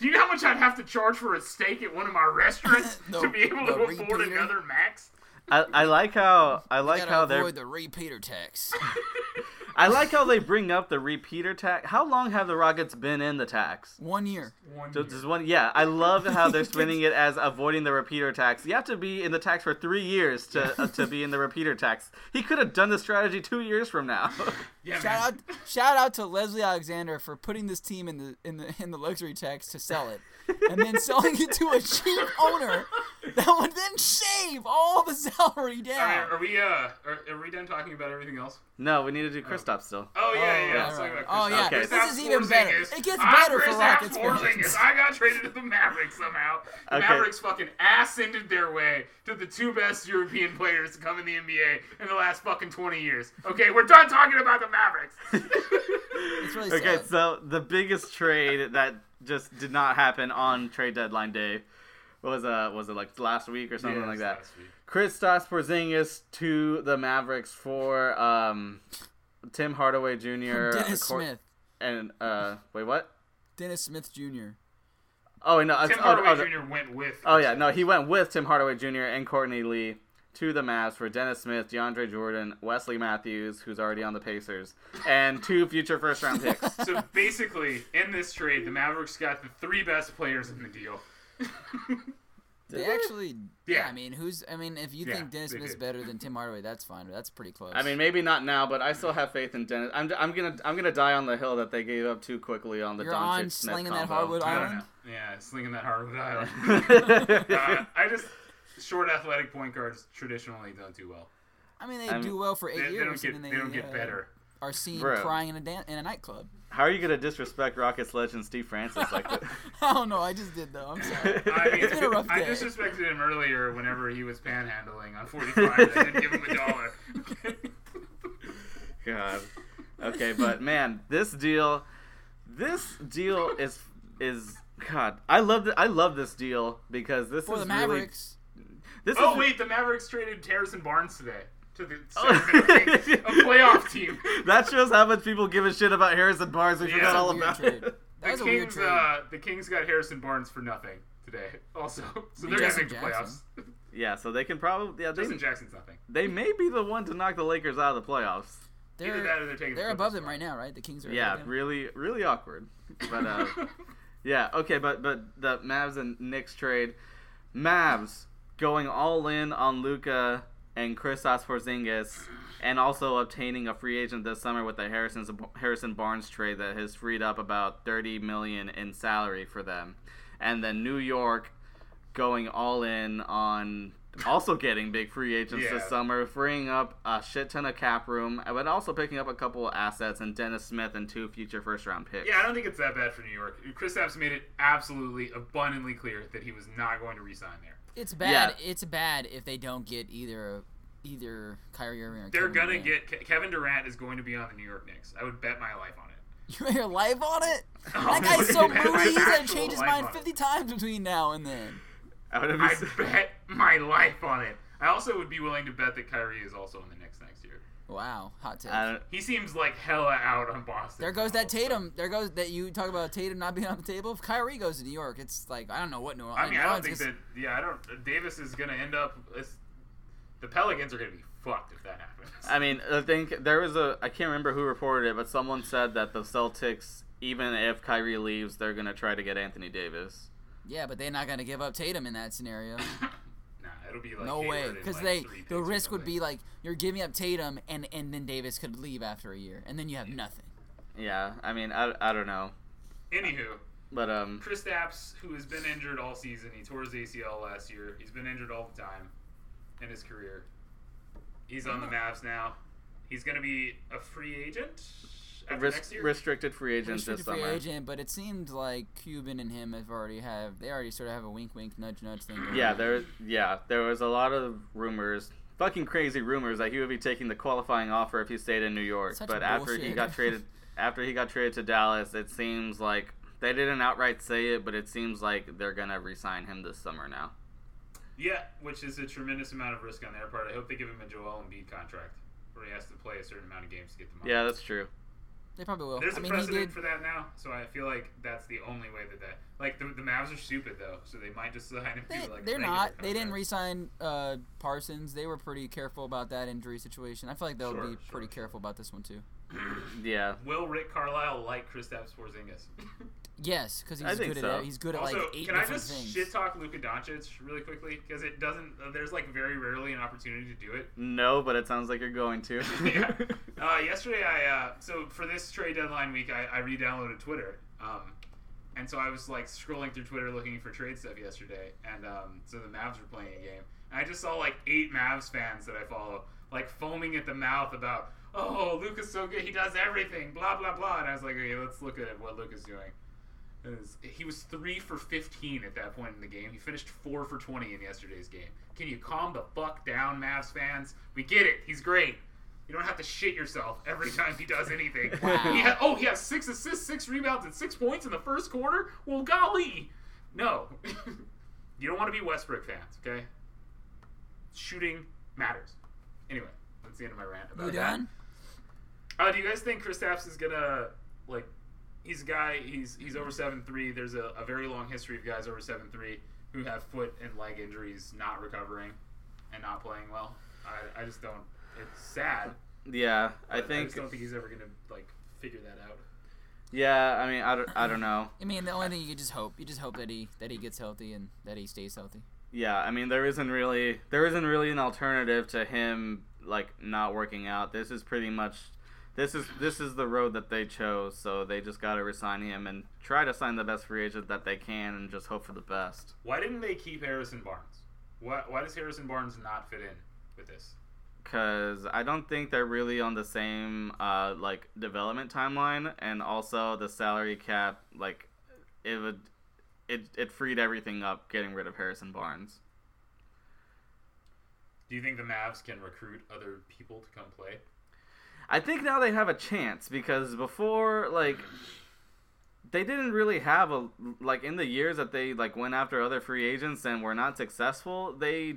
S2: you know how much I'd have to charge for a steak at one of my restaurants
S1: The-
S2: to be able
S1: the
S2: to afford
S1: repeater.
S2: another max?
S3: I, I like how I like
S1: Gotta
S3: how they're
S1: avoid the repeater tax.
S3: I like how they bring up the repeater tax. How long have the Rockets been in the tax?
S1: One year.
S2: One
S3: So
S2: year.
S3: just one, yeah. I love how they're spinning it as avoiding the repeater tax. You have to be in the tax for three years to uh, to be in the repeater tax. He could have done this strategy two years from now.
S2: yeah,
S1: Shout out,
S2: man.
S1: shout out to Leslie Alexander for putting this team in the in the in the luxury tax to sell it, and then selling it to a cheap owner that would then shave all the salary
S2: All right,
S1: down.
S2: are we uh are, are we done talking about everything else?
S3: no, we need to do Kristaps still.
S2: Oh yeah, yeah.
S1: yeah.
S2: let's talk about
S1: Oh, yeah.
S2: Kristaps.
S3: Okay.
S1: is
S3: This
S2: Kristaps
S1: even better.
S2: Porzingis.
S1: It gets
S2: I'm
S1: better for
S2: Kristaps
S1: Rockets fans.
S2: Porzingis. I got traded to the Mavericks somehow. The
S3: Okay.
S2: Mavericks fucking ascended their way to the two best European players to come in the NBA in the last fucking 20 years. Okay, we're done talking about the Mavericks.
S1: It's really
S3: Okay,
S1: sad.
S3: so the biggest trade that just did not happen on trade deadline day was uh was it like last week or something
S2: Yeah,
S3: like
S2: it's
S3: that.
S2: last week.
S3: Kristaps Porzingis to the Mavericks for um Tim Hardaway
S2: uh,
S3: Jr.
S1: Dennis
S3: Cor-
S1: Smith,
S3: and uh wait what?
S1: Dennis Smith Jr.
S3: Oh wait, no,
S2: Tim
S3: it's- oh,
S2: Hardaway
S3: oh,
S2: Jr. went with.
S3: oh, yeah, no, he went with Tim Hardaway Jr. and Courtney Lee to the Mavs for Dennis Smith, DeAndre Jordan, Wesley Matthews, who's already on the Pacers, and two future first round picks.
S2: So basically, in this trade, the Mavericks got the three best players in the deal.
S1: They actually,
S2: Yeah.
S1: I mean, who's? I mean, if you
S2: Yeah,
S1: think Dennis
S2: they
S1: Smith's
S2: did.
S1: better than Tim Hardaway, that's fine. But that's pretty close.
S3: I mean, maybe not now, but I still have faith in Dennis. I'm, I'm gonna I'm gonna die on the hill that they gave up too quickly on the
S1: you're on
S3: Doncic Smith
S1: slinging that
S3: combo.
S1: hardwood
S2: I don't
S1: island.
S2: know. Yeah, slinging that hardwood island. uh,
S3: I
S2: I just short athletic point guards traditionally don't do well.
S1: I mean, they
S3: I'm-
S1: do well for eight
S2: They, they
S1: years,
S2: don't get
S1: and
S2: they,
S1: then
S2: don't get
S1: uh,
S2: better.
S1: Are seen
S3: Bro.
S1: crying in a dan- in a nightclub.
S3: How are you gonna disrespect Rockets legend Steve Francis like that?
S1: I don't know. I just did though. I'm sorry.
S2: I mean,
S1: It's been a rough
S2: I
S1: day.
S2: disrespected him earlier whenever he was panhandling on 45. and I didn't give him a dollar.
S3: God. Okay, but man, this deal, this deal is is God. I love th- I love this deal because this
S1: For
S3: is
S1: the
S3: really
S1: Mavericks,
S3: this
S2: oh
S3: is
S2: wait, the Mavericks traded Harrison Barnes today to the
S3: Oh.
S2: Sacramento Kings, a playoff team.
S3: that shows how much people give a shit about Harrison Barnes. We
S2: Yeah.
S3: forgot all
S2: That's a
S1: weird
S3: about
S1: trade.
S3: it.
S1: that was
S2: the
S1: a weird
S2: Kings,
S1: trade.
S2: uh, the Kings got Harrison Barnes for nothing today. Also, so they're gonna
S1: Justin
S2: make the playoffs.
S3: Yeah, so they can probably yeah they,
S2: Justin Jackson's nothing.
S3: they may be the one to knock the Lakers out of the playoffs.
S2: Either that
S1: they're
S2: or they're taking. the
S1: they're above
S2: Clippers.
S1: them right now, right? The Kings are.
S3: Yeah,
S1: above them.
S3: really really awkward. But uh, yeah, okay, but but the Mavs and Knicks trade, Mavs going all in on Luca and Kristaps Porzingis, and also obtaining a free agent this summer with the Harrison Harrison Barnes trade that has freed up about thirty million in salary for them, and then New York going all in on. Also getting big free agents this
S2: Yeah.
S3: summer, freeing up a shit ton of cap room, but also picking up a couple of assets and Dennis Smith and two future first round picks.
S2: Yeah, I don't think it's that bad for New York. Chris Apps made it absolutely abundantly clear that he was not going to resign there.
S1: It's bad. It's bad if they don't get either either Kyrie Irving or.
S2: They're
S1: Kevin
S2: gonna
S1: Durant.
S2: get Ke- Kevin Durant is going to be on the New York Knicks. I would bet my life on it.
S1: You bet your life on it.
S2: Oh,
S1: That guy's so
S2: you bet my
S1: moody. He's gonna
S2: actual
S1: change his
S2: life
S1: mind
S2: on it.
S1: 50 times between now and then.
S3: I would have
S2: I bet my life on it. I also would be willing to bet that Kyrie is also in the Knicks next year.
S1: Wow, hot take.
S3: I don't,
S2: He seems like hella out on Boston.
S1: There goes
S2: now,
S1: that Tatum. There goes that you talk about Tatum not being on the table. If Kyrie goes to New York, it's like I don't know what New Orleans.
S2: I mean, I don't
S1: New
S2: think
S1: Orleans
S2: that. Yeah, I don't. Davis is gonna end up. It's, the Pelicans are gonna be fucked if that happens.
S3: I mean, I think there was a I can't remember who reported it, but someone said that the Celtics, even if Kyrie leaves, they're gonna try to get Anthony Davis.
S1: is- Yeah, but they're not gonna give up Tatum in that scenario.
S2: nah, it'll be like
S1: No
S2: Hayward
S1: way,
S2: and,
S1: because
S2: like,
S1: they
S2: three picks
S1: the
S2: or
S1: risk would
S2: something.
S1: be like you're giving up Tatum and and then Davis could leave after a year, and then you have nothing.
S3: Yeah, I mean, I, I don't know,
S2: Anywho,
S3: but um,
S2: Chris Stapps, who has been injured all season, he tore his ACL last year. He's been injured all the time in his career. He's on the Mavs now. He's going to be a free agent after
S3: res-
S2: next year.
S3: restricted free agent this
S1: Restricted free
S3: summer.
S1: agent, but it seems like Cuban and him have already have they already sort of have a wink wink nudge nudge thing. Going
S3: Yeah,
S1: on.
S3: there, yeah, there was a lot of rumors, fucking crazy rumors that he would be taking the qualifying offer if he stayed in New York.
S1: Such
S3: but after he
S1: bullshit.
S3: got traded, after he got traded to Dallas, it seems like they didn't outright say it, but it seems like they're gonna re-sign him this summer now.
S2: yeah, which is a tremendous amount of risk on their part. I hope they give him a Joel Embiid contract where he has to play a certain amount of games to get the money.
S3: Yeah, that's true.
S1: They probably will.
S2: There's
S1: I
S2: a
S1: mean, he
S2: precedent
S1: did.
S2: for that now, so I feel like that's the only way that that like the, the Mavs are stupid though, so they might just sign him
S1: They,
S2: to like. a
S1: they're
S2: regular
S1: not. They didn't
S2: contract.
S1: re-sign uh, Parsons. They were pretty careful about that injury situation. I feel like they'll
S2: Sure,
S1: be
S2: sure,
S1: pretty
S2: sure.
S1: careful about this one too.
S3: Yeah.
S2: Will Rick Carlisle like Kristaps Porzingis?
S1: Yes, because
S3: I
S1: he's
S3: think
S1: good
S3: so.
S1: at it. He's good at
S2: also,
S1: like eight
S2: can I
S1: different
S2: just
S1: things.
S2: shit talk Luka Doncic really quickly? Because it doesn't. uh, There's like very rarely an opportunity to do it.
S3: No, but it sounds like you're going to.
S2: yeah. Uh, yesterday, I uh, so for this trade deadline week, I, I re-downloaded Twitter, um, and so I was like scrolling through Twitter looking for trade stuff yesterday, and um, so the Mavs were playing a game, and I just saw like eight Mavs fans that I follow like foaming at the mouth about, oh, Luca's so good, he does everything, blah blah blah, and I was like, okay, let's look at what Luca's doing. And it was- He was three for fifteen at that point in the game. He finished four for twenty in yesterday's game. Can you calm the fuck down, Mavs fans? We get it. He's great. You don't have to shit yourself every time he does anything.
S1: Wow.
S2: He had, oh, he has six assists, six rebounds, and six points in the first quarter. Well, golly, no. you don't want to be Westbrook fans, okay? Shooting matters. Anyway, that's the end of my rant about
S1: you
S2: that.
S1: done?
S2: Uh, do you guys think Kristaps is gonna like? He's a guy. He's he's over seven three. There's a, a very long history of guys over seven three who have foot and leg injuries, not recovering, and not playing well. I, I just don't. It's sad.
S3: yeah, I
S2: but I just
S3: think.
S2: don't think he's ever gonna like figure that out.
S3: Yeah, I mean, I don't, I don't know.
S1: I mean, the only thing you could just hope. You just hope that he that he gets healthy and that he stays healthy.
S3: Yeah, I mean, there isn't really there isn't really an alternative to him like not working out. This is pretty much this is this is the road that they chose. So they just got to resign him and try to sign the best free agent that they can and just hope for the best.
S2: Why didn't they keep Harrison Barnes? Why why does Harrison Barnes not fit in with this?
S3: because I don't think they're really on the same uh, like development timeline, and also the salary cap like it would it it freed everything up getting rid of Harrison Barnes.
S2: Do you think the Mavs can recruit other people to come play?
S3: I think now they have a chance because before like they didn't really have a like in the years that they like went after other free agents and were not successful, they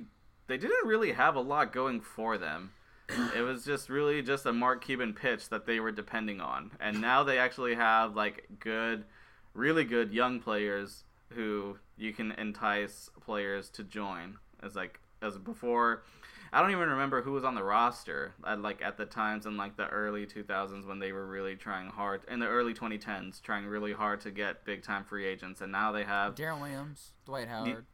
S3: they didn't really have a lot going for them. It was just really just a Mark Cuban pitch that they were depending on. And now they actually have like good really good young players who you can entice players to join as like as before I don't even remember who was on the roster at like at the times in like the early 2000s when they were really trying hard in the early 2010s trying really hard to get big time free agents and now they have
S1: Darren Williams, Dwight Howard,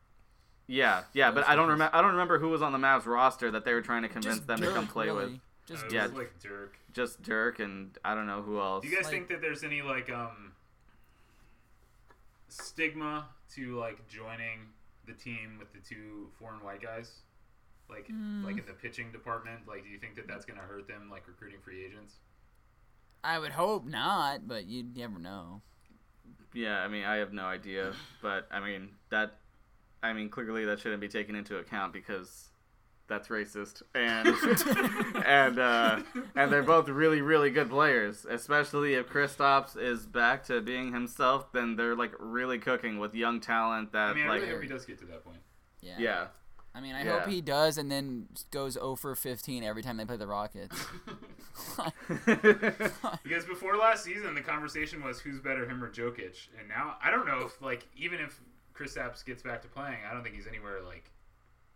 S3: yeah yeah but
S1: Those
S3: I don't
S1: guys.
S3: remember I don't remember who was on the Mavs roster that they were trying to convince
S1: just
S3: them
S1: Dirk,
S3: to come play
S1: really.
S3: with
S1: Just
S2: Uh, it
S3: yeah.
S2: was like Dirk.
S3: just Dirk and I don't know who else
S2: Do you guys
S1: Like-
S2: think that there's any like um stigma to like joining the team with the two foreign white guys? Like like in the pitching department, like do you think that that's going to hurt them like recruiting free agents?
S1: I would hope not, but you never know.
S3: yeah I mean I have no idea but I mean that I mean clearly that shouldn't be taken into account because that's racist and and uh, and they're both really really good players. Especially if Kristaps is back to being himself, then they're like really cooking with young talent that
S2: I mean, I
S3: like
S2: really hope he does get to that point.
S1: Yeah.
S3: yeah.
S1: I mean, I
S3: Yeah.
S1: hope he does, and then goes 0 for 15 every time they play the Rockets.
S2: Because before last season, the conversation was who's better, him or Jokic, and now I don't know if like even if Chris Apps gets back to playing, I don't think he's anywhere like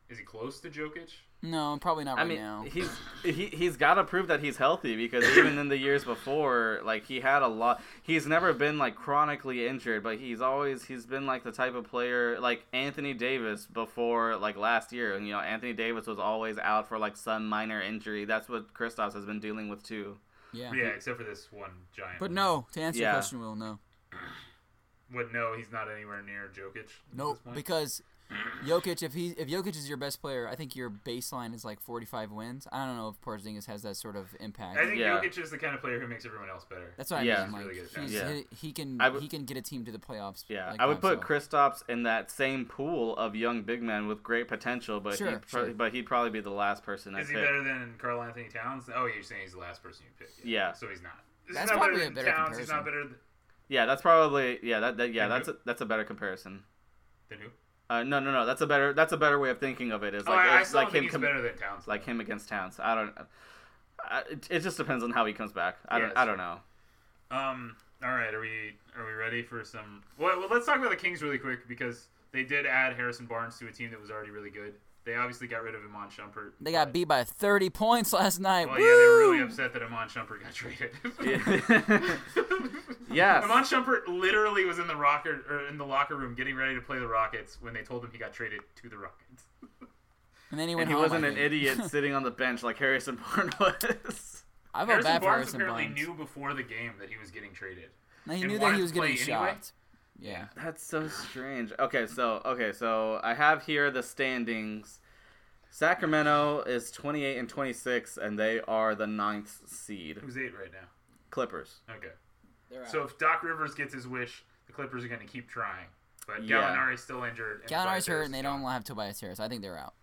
S2: is he close to Jokic?
S1: no, probably not
S3: I
S1: right
S3: mean,
S1: now.
S3: he's he he's got to prove that he's healthy because even in the years before, like he had a lot. He's never been like chronically injured, but he's always he's been like the type of player like Anthony Davis before like last year. And you know, Anthony Davis was always out for like some minor injury. That's what Kristaps has been dealing with too.
S1: yeah.
S2: Yeah, except for this one giant.
S1: But no, to answer your
S3: Yeah.
S1: question, Will, no.
S2: Would no, he's not anywhere near Jokic. at
S1: No,
S2: this point.
S1: because Jokic, if he if Jokic is your best player, I think your baseline is like 45 wins. I don't know if Porzingis has that sort of impact.
S2: I think
S3: Yeah.
S2: Jokic is the kind of player who makes everyone else better.
S1: That's what I
S3: Yeah.
S1: mean. Like,
S2: Really good
S1: he's,
S3: Yeah.
S1: he, he can
S3: I would-
S1: he can get a team to the playoffs.
S3: Yeah,
S1: like,
S3: I
S1: by
S3: would put
S1: himself.
S3: Kristaps in that same pool of young big men with great potential, but
S1: Sure,
S3: he'd pro-
S1: sure.
S3: but he'd probably be the last person. I
S2: Is he
S3: pick.
S2: better than Carl Anthony Towns? Oh, you're saying he's the last person you pick.
S3: Yeah.
S2: So he's not. He's
S1: That's
S2: not
S1: probably
S2: better
S1: a
S2: than
S1: better
S2: Towns. He's not
S1: comparison.
S2: better than,
S3: Yeah, that's probably yeah that, that yeah
S2: Than
S3: that's a, that's a better comparison.
S2: than who?
S3: Uh, no, no, no. That's a better. That's a better way of thinking of it. Is
S2: Oh,
S3: like
S2: I, I
S3: it's
S2: still
S3: like
S2: think
S3: him,
S2: he's
S3: com-
S2: better than Towns.
S3: like him against Towns. I don't. I, it, it just depends on how he comes back. I
S2: Yes.
S3: don't. I don't know.
S2: Um. All right. Are we are we ready for some? Well, well, let's talk about the Kings really quick because they did add Harrison Barnes to a team that was already really good. They obviously got rid of Iman Shumpert.
S1: They got
S2: but-
S1: beat by 30 points last night.
S2: Well, yeah, they were really
S1: Woo!
S2: upset that Iman Shumpert got traded.
S3: Yeah. Yes.
S2: Iman Shumpert literally was in the rocker or in the locker room getting ready to play the Rockets when they told him he got traded to the Rockets.
S1: And then he went
S3: and he
S1: home,
S3: wasn't
S1: I
S3: an
S1: think.
S3: idiot sitting on the bench like Harrison Barnes was.
S1: I felt bad for
S2: Harrison Barnes
S1: Harrison
S2: apparently
S1: Barnes.
S2: knew before the game that he was getting traded.
S1: Now, he
S2: and
S1: knew that
S2: wanted
S1: he was
S2: to play
S1: getting
S2: anyway.
S1: shocked. Yeah.
S3: That's so strange. Okay, so okay, so I have here the standings. Sacramento is 28 and 26, and they are the ninth seed.
S2: Who's eight right now?
S3: Clippers.
S2: Okay.
S1: They're
S2: So
S1: out.
S2: if Doc Rivers gets his wish, the Clippers are going to keep trying. But
S3: Yeah.
S2: Gallinari's still injured. and
S1: Gallinari's
S2: Tobias
S1: hurt,
S2: Harris
S1: and
S2: is
S1: they
S2: gone.
S1: don't have Tobias Harris. I think they're out.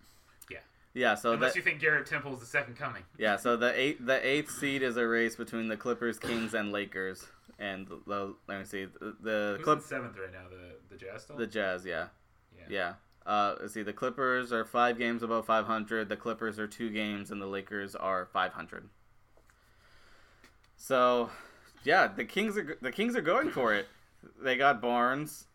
S3: Yeah, so
S2: Unless
S3: that,
S2: you think Garrett Temple is the second coming.
S3: yeah, so the eight the eighth seed is a race between the Clippers, Kings, and Lakers, and the let me see the, the
S2: Who's in
S3: Clip
S2: seventh right now? The the Jazz still?
S3: the Jazz. Yeah,
S2: yeah.
S3: yeah. Uh, let's see, the Clippers are five games above 500. The Clippers are two games, and the Lakers are 500. So, yeah, the Kings are the Kings are going for it. They got Barnes.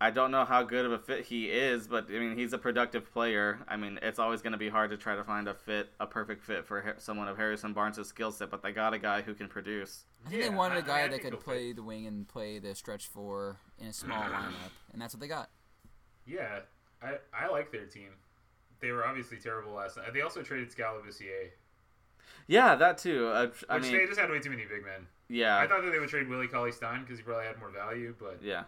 S3: I don't know how good of a fit he is, but I mean, he's a productive player. I mean, it's always going to be hard to try to find a fit, a perfect fit for Har- someone of Harrison Barnes' skill set. But they got a guy who can produce.
S1: I think they
S2: Yeah,
S1: wanted
S2: I-
S1: a
S2: I
S1: guy that
S2: think
S1: could
S2: they'll fit.
S1: play the wing and play the stretch four in a small lineup, and that's what they got.
S2: Yeah, I, I like their team. They were obviously terrible last night. They also traded Scalabissier,
S3: Yeah, that too. I, I
S2: which they
S3: mean,
S2: just had way too many big men.
S3: yeah.
S2: I thought that they would trade Willie Cauley Stein because he probably had more value, but
S3: Yeah.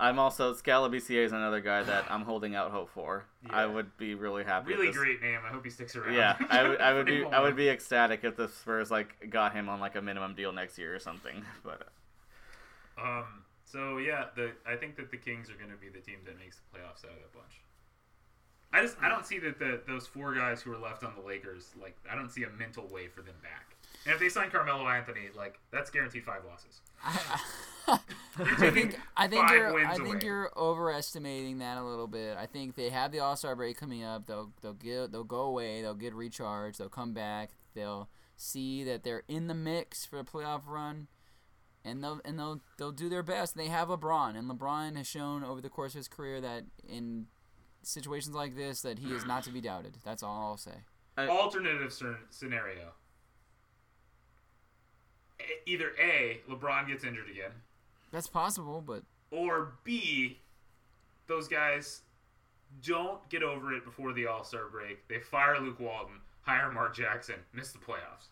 S3: I'm also Scalabissier is another guy that I'm holding out hope for. I
S2: Yeah.
S3: would be really happy. if
S2: really
S3: this-
S2: great name. I hope he sticks around.
S3: Yeah, I would, I would
S2: Pretty
S3: be
S2: cool
S3: I would
S2: name.
S3: be ecstatic if the Spurs like got him on like a minimum deal next year or something. But
S2: Um. So yeah, the I think that the Kings are going to be the team that makes the playoffs out of that bunch. I just I don't see that the those four guys who are left on the Lakers like I don't see a mental way for them back. And if they sign Carmelo Anthony, like that's guaranteed five losses.
S1: I, I- I think I think
S2: Five
S1: you're
S2: wins
S1: I think
S2: away.
S1: you're overestimating that a little bit. I think they have the All Star break coming up. They'll they'll get they'll go away. They'll get recharged. They'll come back. They'll see that they're in the mix for the playoff run, and they'll and they'll they'll do their best. They have LeBron, and LeBron has shown over the course of his career that in situations like this that he is not to be doubted. That's all I'll say.
S2: Alternative cer- scenario. E- Either A, LeBron gets injured again,
S1: That's possible, but
S2: or B, those guys don't get over it before the All Star break. They fire Luke Walton, hire Mark Jackson, miss the playoffs.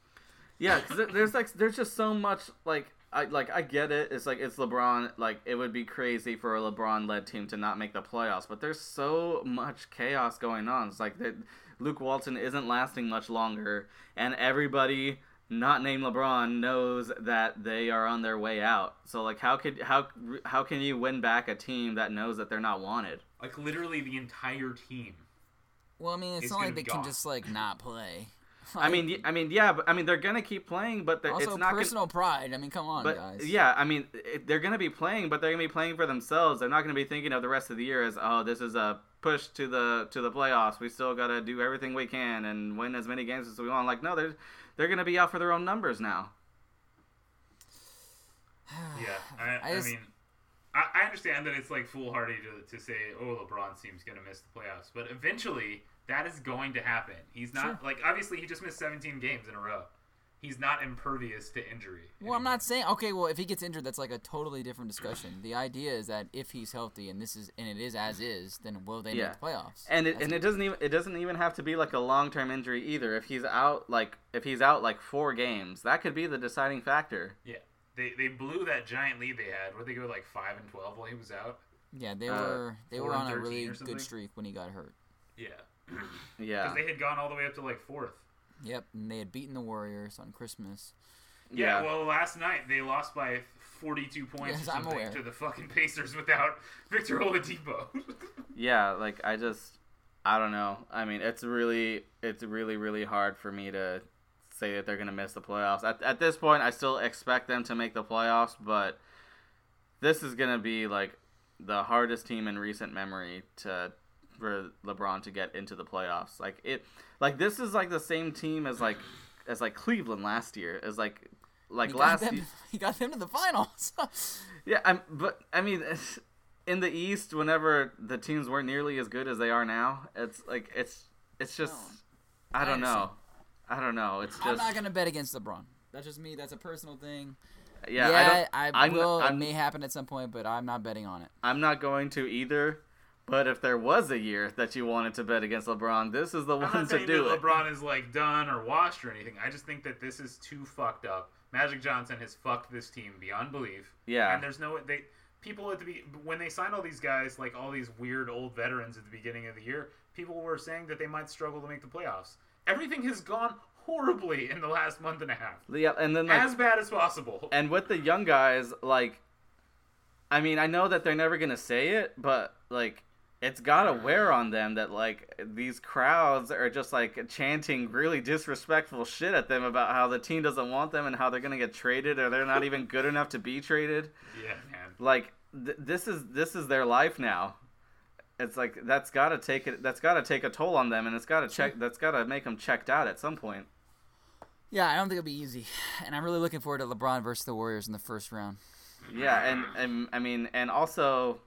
S3: yeah, 'cause there- there's like there's just so much like I like I get it. It's like it's LeBron. Like it would be crazy for a LeBron led team to not make the playoffs. But there's so much chaos going on. It's like that Luke Walton isn't lasting much longer, and everybody not named LeBron knows that they are on their way out. So like how could how how can you win back a team that knows that they're not wanted?
S2: Like literally the entire team.
S1: well, I mean, it's
S2: He's
S1: not
S2: gonna
S1: like they
S2: be
S1: can
S2: gone.
S1: just like not play.
S3: I mean y- I mean yeah, but I mean they're gonna keep playing, but they're,
S1: Also,
S3: it's not gonna-
S1: personal pride. I mean, come on,
S3: But
S1: guys.
S3: yeah, I mean, it, they're going to be playing, but they're going to be playing for themselves. They're not going to be thinking of the rest of the year as, oh, this is a push to the to the playoffs. We still got to do everything we can and win as many games as we want. Like, no, they're they're going to be out for their own numbers now.
S2: Yeah, I,
S1: I
S2: I,
S1: just-
S2: mean, I, I understand that it's like foolhardy to, to say, oh, LeBron's team's going to miss the playoffs, but eventually that is going to happen. He's not,
S1: Sure.
S2: like, obviously he just missed 17 games in a row. He's not impervious to injury.
S1: Well, I'm not saying okay. Well, if he gets injured, that's like a totally different discussion. The idea is that if he's healthy and this is and it is as is, then will they
S3: Yeah.
S1: make the playoffs?
S3: And it,
S1: That's
S3: and it doesn't even it doesn't even have to be like a long term injury either. If he's out like if he's out like four games, that could be the deciding factor.
S2: Yeah. They, they blew that giant lead they had. Where they go like five and twelve while he was out.
S1: yeah, they
S3: uh,
S1: were they were
S2: four and
S1: on a
S2: 13
S1: really
S2: or something?
S1: good streak when he got hurt.
S2: Yeah,
S3: Yeah,
S2: because they had gone all the way up to like fourth.
S1: Yep, and they had beaten the Warriors on Christmas.
S2: Yeah. Well, last night they lost by forty-two points
S1: Yes,
S2: or
S1: I'm
S2: something
S1: aware.
S2: to the fucking Pacers without Victor Oladipo.
S3: yeah like i just i don't know i mean it's really it's really really hard for me to say that they're gonna miss the playoffs at, at this point i still expect them to make the playoffs but this is gonna be like the hardest team in recent memory to for lebron to get into the playoffs like it like this is like the same team as like as like cleveland last year as like like
S1: He got,
S3: last
S1: them,
S3: year.
S1: he got them to the finals.
S3: Yeah, I'm, but I mean, in the East, whenever the teams weren't nearly as good as they are now, it's like it's it's just I don't know, I don't know. It's just
S1: I'm not gonna bet against LeBron. That's just me. That's a personal thing.
S3: yeah, I,
S1: I,
S3: don't, I'm,
S1: will.
S3: I'm,
S1: it may happen at some point, but I'm not betting on it.
S3: I'm not going to either. But if there was a year that you wanted to bet against LeBron, this is the
S2: I'm
S3: one
S2: not
S3: to
S2: saying
S3: do
S2: that
S3: it.
S2: LeBron is like done or washed or anything. I just think that this is too fucked up. Magic Johnson has fucked this team beyond belief.
S3: Yeah.
S2: and there's no they people at the be when they signed all these guys like all these weird old veterans at the beginning of the year. People were saying that they might struggle to make the playoffs. Everything has gone horribly in the last month and a half,
S3: Yeah, and then like,
S2: as bad as possible.
S3: and with the young guys, like, I mean, I know that they're never gonna say it, but like, it's gotta wear on them that like these crowds are just like chanting really disrespectful shit at them about how the team doesn't want them and how they're gonna get traded or they're not even good enough to be traded.
S2: Yeah, man.
S3: Like, th- this is this is their life now. It's like that's gotta take it. That's gotta take a toll on them, and it's gotta check. That's gotta make them checked out at some point.
S1: Yeah, I don't think it'll be easy, and I'm really looking forward to LeBron versus the Warriors in the first round.
S3: Yeah, and, and I mean, and also,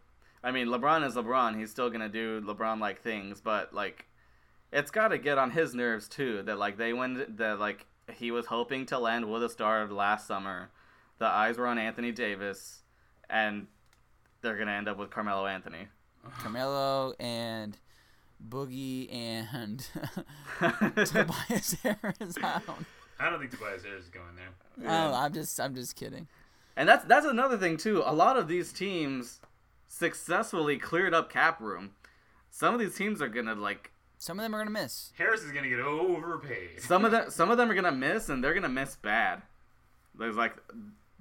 S3: I mean, LeBron is LeBron. He's still gonna do LeBron-like things, but like, it's got to get on his nerves too. That like they went that like he was hoping to land with a star of last summer. The eyes were on Anthony Davis, and they're gonna end up with Carmelo Anthony.
S1: Carmelo and Boogie and Tobias Harris. I don't,
S2: I don't think Tobias Harris is going there.
S1: I don't know. I'm just, I'm just kidding.
S3: And that's that's another thing too. A lot of these teams successfully cleared up cap room. Some of these teams are gonna like
S1: Some of them are gonna miss.
S2: Harris is gonna get overpaid.
S3: some of them some of them are gonna miss and they're gonna miss bad there's like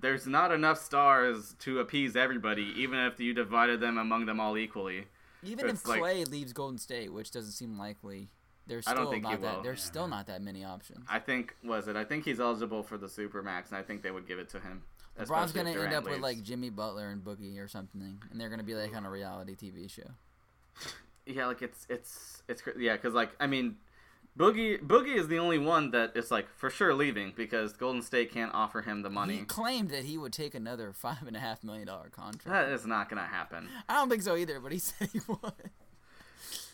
S3: there's not enough stars to appease everybody even if you divided them among them all equally
S1: Even if
S3: It's like-
S1: Clay leaves Golden State, which doesn't seem likely, there's
S3: I
S1: still
S3: don't think he
S1: not that.
S3: will.
S1: There's still not that many options.
S3: i think was it i think he's eligible for the supermax and i think they would give it to him
S1: LeBron's
S3: especially
S1: gonna end
S3: if Durant
S1: up with
S3: leaves.
S1: like Jimmy Butler and Boogie or something, and they're gonna be like on a reality TV show.
S3: yeah like it's it's it's cr- yeah because like i mean boogie boogie is the only one that is like for sure leaving because golden state can't offer him the
S1: He
S3: money
S1: claimed that he would take another five and a half million dollar contract.
S3: that is not gonna happen
S1: I don't think so either, but he said he would.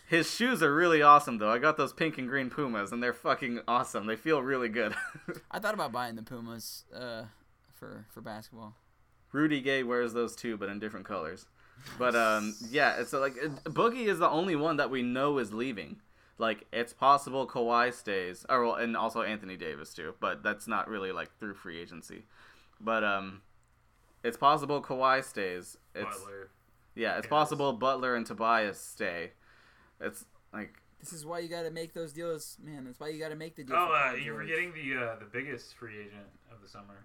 S3: his shoes are really awesome though i got those pink and green pumas and they're fucking awesome they feel really good
S1: I thought about buying the Pumas uh, for for basketball.
S3: Rudy Gay wears those too, but in different colors. But um, yeah, so like it- Boogie is the only one that we know is leaving. Like it's possible Kawhi stays, or well, and also Anthony Davis too. But that's not really like through free agency. But um, it's possible Kawhi stays. It's
S2: Butler.
S3: yeah, it's
S2: Harris.
S3: possible Butler and Tobias stay. It's like
S1: This is why you got to make those deals, man. That's why you got to make the deals.
S2: Oh, uh, you're forgetting the uh, the biggest free agent of the summer,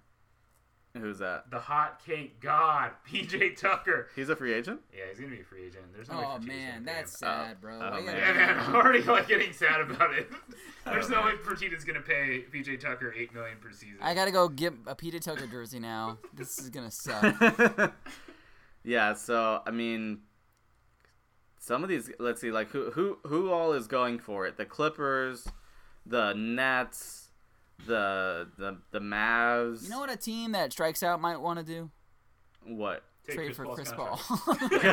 S3: who's that?
S2: the hot cake god, PJ Tucker.
S3: He's a free agent.
S2: Yeah, he's gonna be a free agent. There's no. way
S1: Oh
S2: Portugal's
S1: man,
S2: gonna pick
S1: that's
S2: him.
S1: sad, bro.
S3: oh,
S1: Why you gotta
S2: Yeah,
S1: do
S2: man,
S1: that?
S2: I'm already like getting sad about it. There's no
S3: man.
S2: way Fertitta's gonna pay PJ Tucker eight million per season.
S1: I gotta go get a Peter Tucker jersey now. this is gonna suck.
S3: yeah, so I mean, some of these. Let's see, like who who who all is going for it? The Clippers, the Nets, the the the Mavs.
S1: You know what a team that strikes out might want to do?
S3: What?
S2: Take
S1: Trade
S2: Chris
S1: for
S2: Paul's
S1: Chris Paul.
S2: contract.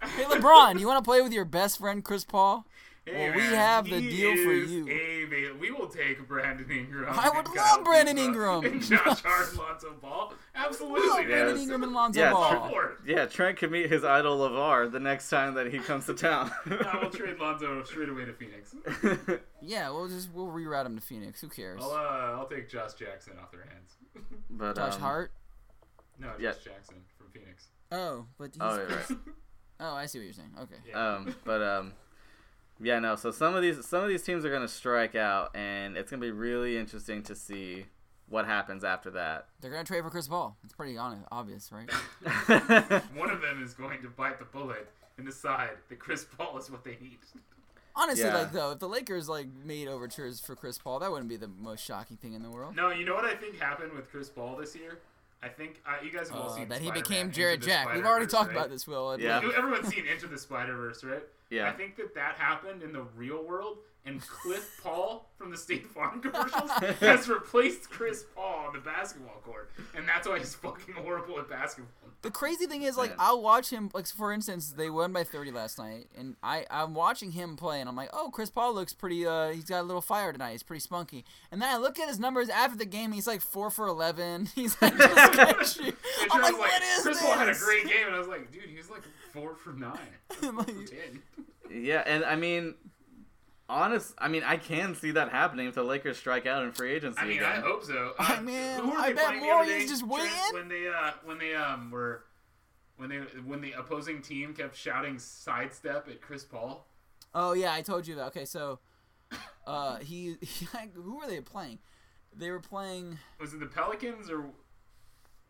S1: hey LeBron, you want to play with your best friend Chris Paul?
S2: Hey,
S1: Well, we
S2: man,
S1: have the
S2: he
S1: deal for
S2: is
S1: you.
S2: a man. we will take Brandon Ingram.
S1: I would love
S2: and Kyle
S1: Brandon
S2: Kuzma
S1: Ingram.
S2: and Josh Hart, and Lonzo Ball. Absolutely, man.
S1: Brandon
S3: Yes.
S1: Ingram and Lonzo
S3: Yes.
S1: Ball.
S2: Lord,
S3: Yeah, Trent could meet his idol Lavar the next time that he comes to town.
S2: I will trade Lonzo straight away to Phoenix.
S1: Yeah, we'll just we'll reroute him to Phoenix. Who cares?
S2: I'll, uh, I'll take Josh Jackson off their hands.
S3: but
S1: Josh
S3: um,
S1: Hart.
S2: No, Josh
S3: Yeah.
S2: Jackson from Phoenix.
S1: Oh, but he's,
S3: Oh, yeah, right.
S1: oh, I see what you're saying. Okay.
S2: Yeah.
S3: um, but um, yeah, no. So some of these some of these teams are gonna strike out, and it's gonna be really interesting to see what happens after
S1: They're gonna trade for Chris Paul. It's pretty honest, obvious, right?
S3: that.
S2: One of them is going to bite the bullet and decide that Chris Paul is what they need.
S1: Honestly,
S3: Yeah.
S1: like though, if the Lakers like made overtures for Chris Paul, that wouldn't be the most shocking thing in the world.
S2: No, you know what I think happened with Chris Paul this year? I think uh, you guys have all
S1: Uh,
S2: seen
S1: that he
S2: Spider-Man,
S1: became
S2: Into
S1: Jared
S2: the
S1: Jack. We've
S2: Spider-Verse,
S1: already talked
S2: right?
S1: about this, Will.
S3: Yeah.
S2: You- Everyone's seen Into the Spider Verse, right?
S3: Yeah.
S2: I think that that happened in the real world, and Cliff Paul from the State Farm commercials has replaced Chris Paul on the basketball court, and that's why he's fucking horrible at basketball.
S1: The crazy thing is, like,
S3: Man.
S1: I'll watch him. Like, for instance, they won by 30 last night, and I, I'm watching him play, and I'm like, oh, Chris Paul looks pretty. Uh, he's got a little fire tonight. He's pretty spunky. And then I look at his numbers after the game. He's like four for 11. He's like, just can't shoot.
S2: And
S1: I'm like,
S2: Jordan's
S1: what is
S2: Chris
S1: this?
S2: Paul had a great game, and I was like, dude, he was like four for nine, four
S1: Like-
S2: for ten.
S3: Yeah, and I mean, honest, I mean, I can see that happening if the Lakers strike out in free agency
S2: I mean, I
S3: again.
S2: hope so. Uh,
S1: I mean,
S2: who were
S1: I
S2: they
S1: bet
S2: playing the
S1: more
S2: other
S1: you
S2: day?
S1: just
S2: Trent,
S1: win.
S2: when they uh, when they um were when they when the opposing team kept shouting sidestep at Chris Paul.
S1: Oh yeah, I told you that. Okay, so uh, he, who were they playing? They were playing.
S2: Was it the Pelicans or?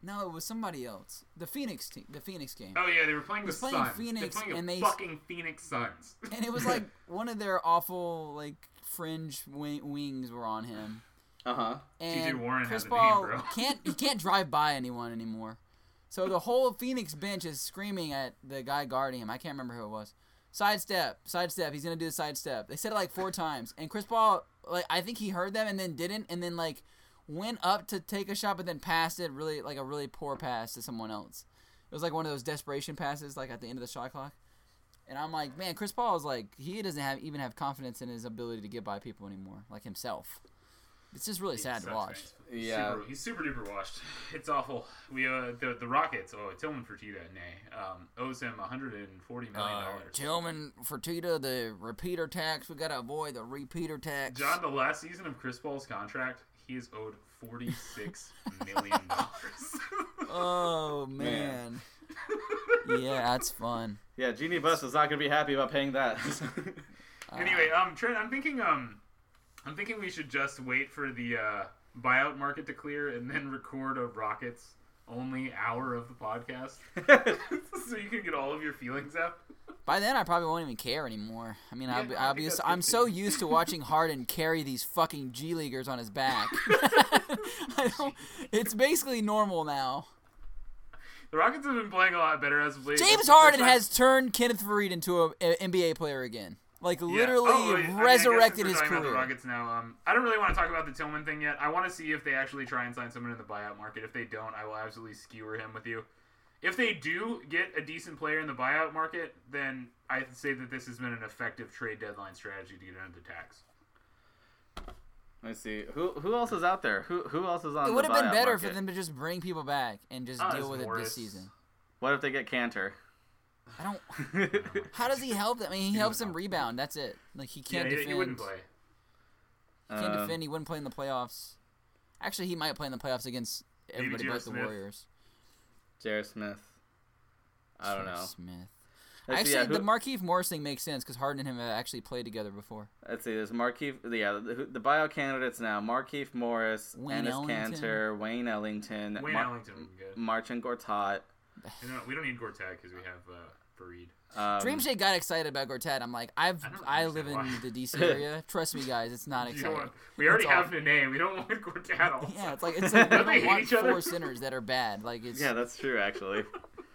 S1: No, it was somebody else. The Phoenix team. The Phoenix game.
S2: Oh yeah, they were playing the
S1: They're playing
S2: Suns.
S1: Phoenix,
S2: They're playing the
S1: and they-
S2: fucking Phoenix Suns.
S1: And it was like one of their awful like fringe wi- wings were on him.
S3: Uh huh.
S1: And
S2: Warren
S1: Chris
S2: has it in him,
S1: Paul
S2: bro.
S1: can't he can't drive by anyone anymore. So the whole Phoenix bench is screaming at the guy guarding him. I can't remember who it was. Sidestep, sidestep. He's gonna do the sidestep. They said it like four times, and Chris Paul, like I think he heard them and then didn't, and then like went up to take a shot, but then passed it really like a really poor pass to someone else. It was like one of those desperation passes, like at the end of the shot clock. And I'm like, man, Chris Paul is like he doesn't have even have confidence in his ability to get by people anymore, like himself. It's just really sad to
S2: Sucks,
S1: watch.
S2: man. He's
S3: Yeah.
S2: super, he's super duper washed. It's awful. We uh the the Rockets. Oh, Tillman Fertitta, nay, um, owes him 140 million
S1: Uh,
S2: dollars.
S1: Tillman Fertitta, the repeater tax. We gotta avoid the repeater tax.
S2: John, the last season of Chris Paul's contract, he is owed 46 million dollars.
S1: Oh man. yeah, that's fun.
S3: Yeah, Genie Bus is not gonna be happy about paying that.
S2: anyway, um, Trent, I'm thinking, um, I'm thinking we should just wait for the uh, buyout market to clear and then record a Rockets only hour of the podcast, so you can get all of your feelings out.
S1: By then, I probably won't even care anymore. I mean, I'll
S2: Yeah,
S1: be,
S2: I
S1: I'll
S2: think
S1: be
S2: that's
S1: I'm
S2: good
S1: so
S2: too.
S1: used to watching Harden carry these fucking G leaguers on his back. I don't, it's basically normal now.
S2: The Rockets have been playing a lot better as of late. That's
S1: James
S2: the first
S1: Harden
S2: time-
S1: has turned Kenneth Faried into a, a NBA player again. Like
S2: Yeah.
S1: literally
S2: Oh, wait, I mean, I guess since
S1: resurrected
S2: we're
S1: his
S2: talking About the
S1: career.
S2: Rockets now. Um, I don't really want to talk about the Tillman thing yet. I want to see if they actually try and sign someone in the buyout market. If they don't, I will absolutely skewer him with you. If they do get a decent player in the buyout market, then I say that this has been an effective trade deadline strategy to get under the tax.
S3: Let's see who who else is out there. Who who else is on?
S1: It would
S3: the
S1: have been
S3: buyout
S1: better for
S3: market?
S1: them to just bring people back and just
S2: Uh,
S1: deal with it
S2: Morris.
S1: this season.
S3: What if they get Cantor?
S1: I don't. How does he help? them? I mean, he helps them rebound. That's it. Like he
S2: Yeah,
S1: can't
S2: he,
S1: defend.
S2: he wouldn't play.
S1: Can't
S3: Um,
S1: defend. He wouldn't play in the playoffs. Actually, he might play in the playoffs against everybody
S2: J.R.
S1: but the
S2: Smith.
S1: Warriors.
S3: Jared Smith. I don't know.
S1: J.R. Smith.
S3: Let's
S1: actually,
S3: see, yeah,
S1: the
S3: who-
S1: Markeith Morris thing makes sense because Harden and him have actually played together before.
S3: Let's see. There's Markeith. Yeah, the, who- the bio candidates now: Markeith Morris,
S1: Wayne
S3: Ennis
S1: Ellington.
S3: Cantor, Wayne Ellington,
S2: Wayne
S3: Mar-
S2: Ellington would be good.
S3: Marcin Gortat.
S2: You know, we don't need Gortat because we have uh, Fareed.
S3: Um,
S1: Dream Shade got excited about Gortat. I'm like, I've
S2: I don't
S1: I, live in
S2: understand why.
S1: the DC area. Trust me, guys, it's not
S2: You know
S1: exciting.
S2: what? We already
S1: It's
S2: have Nene. We don't want Gortat. Also.
S1: Yeah, it's like it's like we
S2: Don't they
S1: don't
S2: hate
S1: want
S2: each other?
S1: four centers that are bad. Like it's
S3: Yeah, that's true. Actually,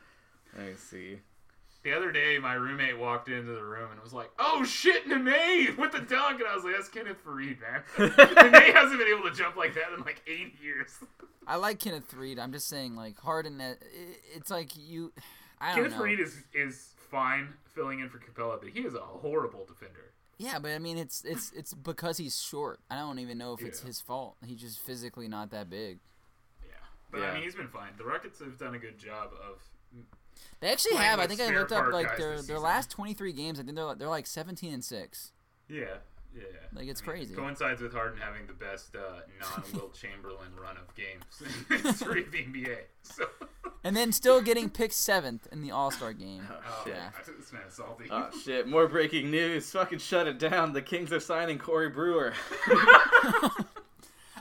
S3: let me see.
S2: The other day, my roommate walked into the room and was like, "Oh shit, Nene with the dunk," and I was like, "That's Kenneth Fareed, man. Nene hasn't been able to jump like that in like eight years.
S1: I like Kenneth Reed. I'm just saying, like Harden. uh, it- It's like you. I don't
S2: Kenneth
S1: know.
S2: Fareed is is fine filling in for Capella, but he is a horrible defender.
S1: Yeah, but I mean, it's it's it's because he's short. I don't even know if it's
S2: Yeah.
S1: his fault. He's just physically not that big.
S2: Yeah, but I
S3: Yeah.
S2: mean, he's been fine. The Rockets have done a good job of.
S1: They actually
S2: Playing
S1: have. I
S2: with
S1: think I
S2: spare
S1: looked up
S2: part
S1: like
S2: guys
S1: their
S2: this
S1: their
S2: season.
S1: last 23 games. I think they're like- they're like 17 and six.
S2: Yeah, yeah.
S1: Like, it's crazy.
S2: Coincides with Harden having the best uh, non Will Chamberlain run of games in the history of the NBA. So,
S1: And then still getting picked seventh in the All Star game.
S2: oh,
S3: shit.
S2: I took this man salty.
S3: Oh shit! More breaking news. Fucking shut it down. The Kings are signing Corey Brewer.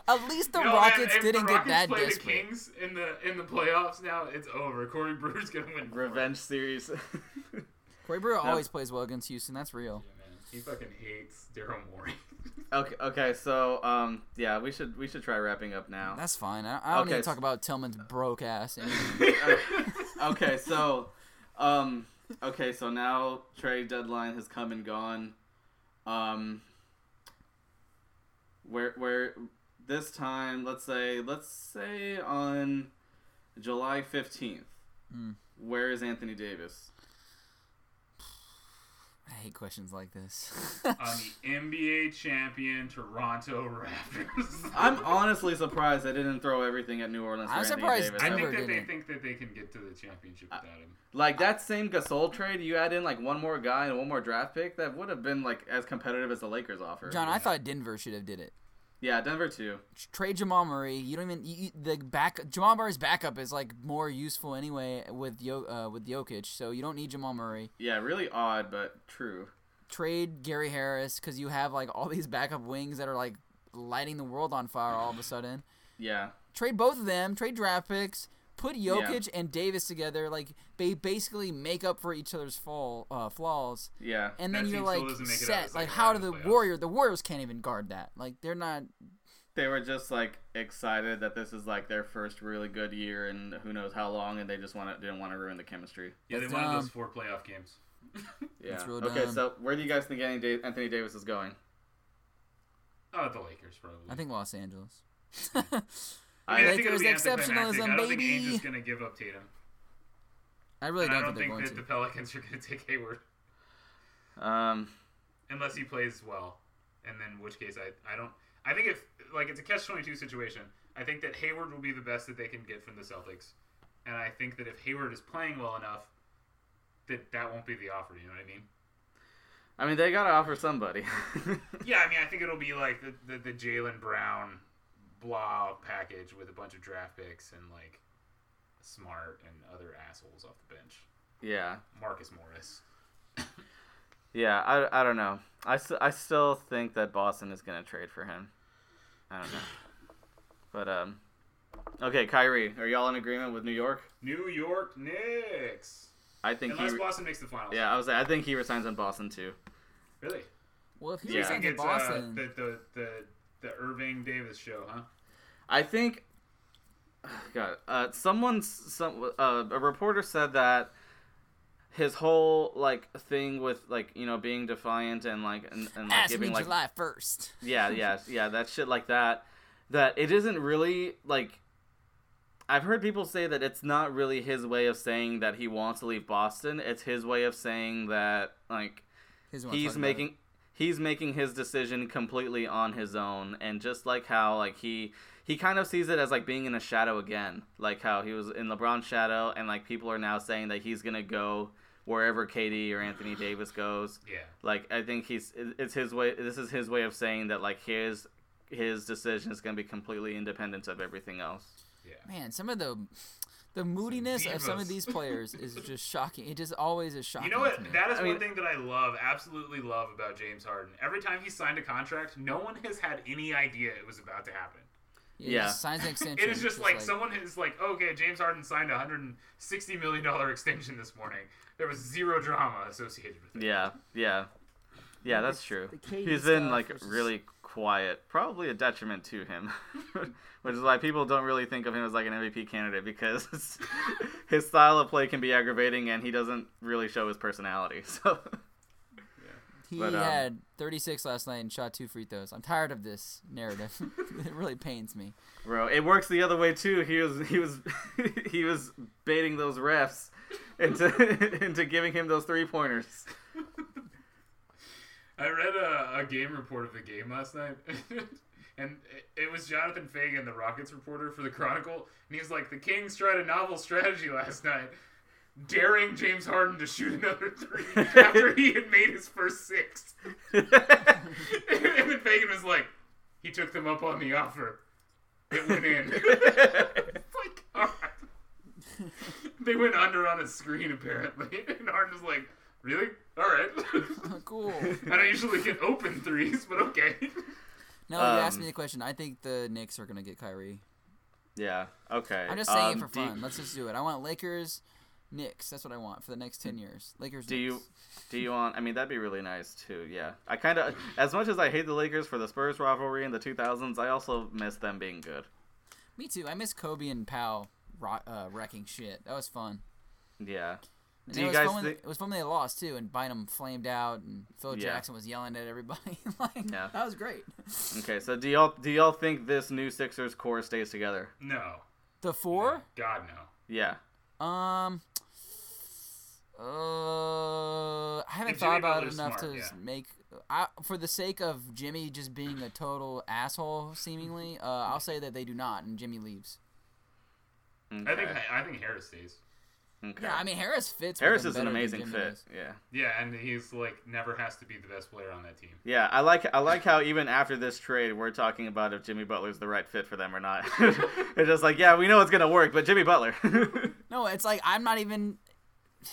S1: At least the
S2: You know, man,
S1: Rockets
S2: if
S1: didn't
S2: the
S1: get
S2: Rockets
S1: that
S2: play
S1: desperate.
S2: The Kings in the in the playoffs now it's over. Corey Brewer's gonna win. for it.
S3: Revenge series.
S1: Corey Brewer always plays well against Houston. That's real.
S2: Yeah, man. He fucking hates Daryl Morey.
S3: okay. Okay. So um yeah, we should we should try wrapping up now.
S1: That's fine. I, I don't
S3: Okay,
S1: need to
S3: so-
S1: talk about Tillman's broke ass. anymore.
S3: okay. So um okay, so now trade deadline has come and gone. Um, where where this time? Let's say let's say on July fifteenth.
S1: Mm.
S3: Where is Anthony Davis?
S1: I hate questions like this.
S2: on the NBA champion Toronto Raptors.
S3: I'm honestly surprised they didn't throw everything at New Orleans. For
S1: I'm
S3: Anthony
S1: surprised
S3: Davis.
S2: I
S1: Trevor
S2: think that they
S1: didn't.
S2: think that they can get to the championship without him.
S3: Like that same Gasol trade, you add in like one more guy and one more draft pick, that would have been like as competitive as the Lakers offer.
S1: John, I thought Denver should have did it.
S3: yeah, Denver too.
S1: Trade Jamal Murray. You don't even you, you- the back Jamal Murray's backup is like more useful anyway with Yo, uh, with Jokic, so you don't need Jamal Murray.
S3: Yeah, really odd, but true.
S1: Trade Gary Harris because you have like all these backup wings that are like lighting the world on fire all of a sudden.
S3: Yeah,
S1: Trade both of them. Trade draft picks. Put
S3: Yeah.
S1: Jokic and Davis together. Like they basically make up for each other's fall uh, flaws.
S3: yeah.
S1: and then
S2: That team
S1: you're
S2: still
S1: like
S2: doesn't make it out of
S1: set.
S2: the
S1: Like
S2: second
S1: how do
S2: round
S1: the
S2: of playoffs.
S1: Warrior the Warriors can't even guard that. Like they're not.
S3: They were just like excited that this is like their first really good year and who knows how long, and they just want to didn't want to ruin the chemistry.
S2: Yeah, they
S1: That's,
S2: wanted
S1: um,
S2: those four playoff games.
S3: Yeah.
S1: That's real
S3: okay,
S1: dumb.
S3: so where do you guys think Anthony Da- Anthony Davis is going?
S2: Oh, the Lakers probably.
S1: I think Los Angeles.
S2: I, mean, I think it'll
S1: Lakers
S2: be
S1: exceptionalism,
S2: anticlimactic. I don't think
S1: baby.
S2: Ainge is going to give up Tatum.
S1: I really
S2: And
S1: don't,
S2: I don't
S1: think
S2: think
S1: they're going
S2: that the
S1: to.
S2: Pelicans are going to take Hayward
S3: Um,
S2: unless he plays well, and then in which case I I don't. I think if like it's a catch twenty two situation. I think that Hayward will be the best that they can get from the Celtics, and I think that if Hayward is playing well enough, that that won't be the offer. You know what I mean?
S3: I mean they gotta offer somebody.
S2: Yeah, I mean I think it'll be like the the, the Jalen Brown blah package with a bunch of draft picks and like Smart and other assholes off the bench.
S3: yeah.
S2: Marcus Morris.
S3: Yeah, I, I don't know. I, s- I still think that Boston is going to trade for him. I don't know. But, um, okay, Kyrie, are y'all in agreement with New York?
S2: New York Knicks.
S3: I think
S2: Unless
S3: he. Re-
S2: Boston makes the finals.
S3: yeah, I was. I think he resigns in Boston too.
S2: Really.
S1: Well, if he
S3: Yeah.
S1: was
S2: I
S1: in
S2: think it's uh,
S1: Boston,
S2: the, the the the Irving Davis show, huh?
S3: I think. God, uh, someone's some uh, a reporter said that his whole like thing with like you know being defiant and like and, and like
S1: ask me
S3: giving like
S1: July first.
S3: yeah, yeah, yeah, that shit like that. That it isn't really like. I've heard people say that it's not really his way of saying that he wants to leave Boston. It's his way of saying that like he's making he's making his decision completely on his own and just like how like he he kind of sees it as like being in a shadow again like how he was in lebron's shadow and like people are now saying that he's gonna go wherever katie or anthony davis goes
S2: Yeah.
S3: like i think he's it- it's his way this is his way of saying that like his his decision is going to be completely independent of everything else
S2: Yeah.
S1: Man, some of the the moodiness of some of
S2: divas.
S1: these players is just shocking. It just always is shocking.
S2: You know
S1: to me.
S2: what? That is
S3: I
S2: one
S3: mean-
S2: thing that I love, absolutely love about James Harden. Every time he signed a contract, no one has had any idea it was about to happen.
S1: He
S3: Yeah.
S1: just signs an extension.
S2: It is
S1: It's
S2: just like, someone is like, okay, James Harden signed a hundred and sixty million dollar extension this morning. There was zero drama associated with it.
S3: yeah yeah yeah that's true
S1: the KD
S3: he's been
S1: stuff
S3: like
S1: was just-
S3: really quiet probably a detriment to him which is why people don't really think of him as like an mvp candidate because his style of play can be aggravating and he doesn't really show his personality so
S1: He
S3: But, um,
S1: had 36 last night and shot two free throws. I'm tired of this narrative. it really pains me.
S3: Bro, it works the other way too. He was he was he was baiting those refs into into giving him those three pointers.
S2: I read a, a game report of the game last night, and it, it was Jonathan Fagan, the Rockets reporter for the Chronicle, and he's like, "The Kings tried a novel strategy last night, daring James Harden to shoot another three after he had made his first six. and then Fagan was like, "He took them up on the offer. It went in. It's like, all right. They went under on a screen apparently, and Harden was like, "Really? All right."
S1: cool.
S2: I don't usually get open threes, but okay.
S1: Now that you asked
S3: Um,
S1: me the question. I think the Knicks are gonna get Kyrie.
S3: yeah. Okay.
S1: I'm just saying
S3: Um,
S1: it for
S3: do you-
S1: fun. Let's just do it. I want Lakers, Knicks. That's what I want for the next ten years. Lakers.
S3: Do you
S1: Knicks.
S3: do you want? I mean, that'd be really nice too. Yeah. I kind of as much as I hate the Lakers for the Spurs rivalry in the 2000s, I also miss them being good.
S1: Me too. I miss Kobe and Powell ro- uh, wrecking shit. That was fun.
S3: Yeah.
S1: And
S3: Do
S1: it
S3: you
S1: was
S3: guys
S1: fun when,
S3: think-
S1: it was fun when they lost too, and Bynum flamed out, and Phil
S3: Yeah.
S1: Jackson was yelling at everybody. like
S3: Yeah.
S1: that was great.
S3: Okay, so do y'all do y'all think this new Sixers core stays together?
S2: No.
S1: The four,
S2: God no.
S3: Yeah.
S1: um, uh, I haven't
S2: If
S1: thought
S2: Jimmy
S1: about it
S2: Butler's
S1: enough
S2: smart,
S1: to s-
S2: yeah.
S1: make. I, for the sake of Jimmy just being a total asshole, seemingly, uh, I'll say that they do not, and Jimmy leaves.
S3: Okay.
S2: I think I think Harris stays.
S3: okay.
S1: Yeah, I mean Harris fits. with
S3: Harris
S1: them
S3: is an
S1: better than
S3: amazing
S1: Jimmy
S3: fit.
S1: does.
S3: Yeah.
S2: Yeah, and he's like never has to be the best player on that team.
S3: Yeah, I like I like how even after this trade, we're talking about if Jimmy Butler's the right fit for them or not. it's just like, yeah, we know it's gonna work, but Jimmy Butler.
S1: No, it's like I'm not even.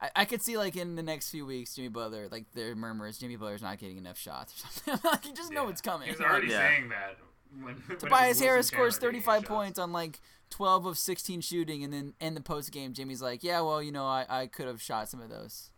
S1: I, I could see like in the next few weeks, Jimmy Butler, like their murmurs, Jimmy Butler's not getting enough shots or something. like you just know
S2: Yeah.
S1: it's coming.
S2: He was already
S3: Yeah.
S2: saying that. When, when it was
S1: Tobias
S2: Wilson
S1: Harris
S2: Chandler
S1: scores
S2: getting
S1: 35
S2: shots.
S1: points on like 12 of 16 shooting, and then in the post game, Jimmy's like, "Yeah, well, you know, I, I could have shot some of those."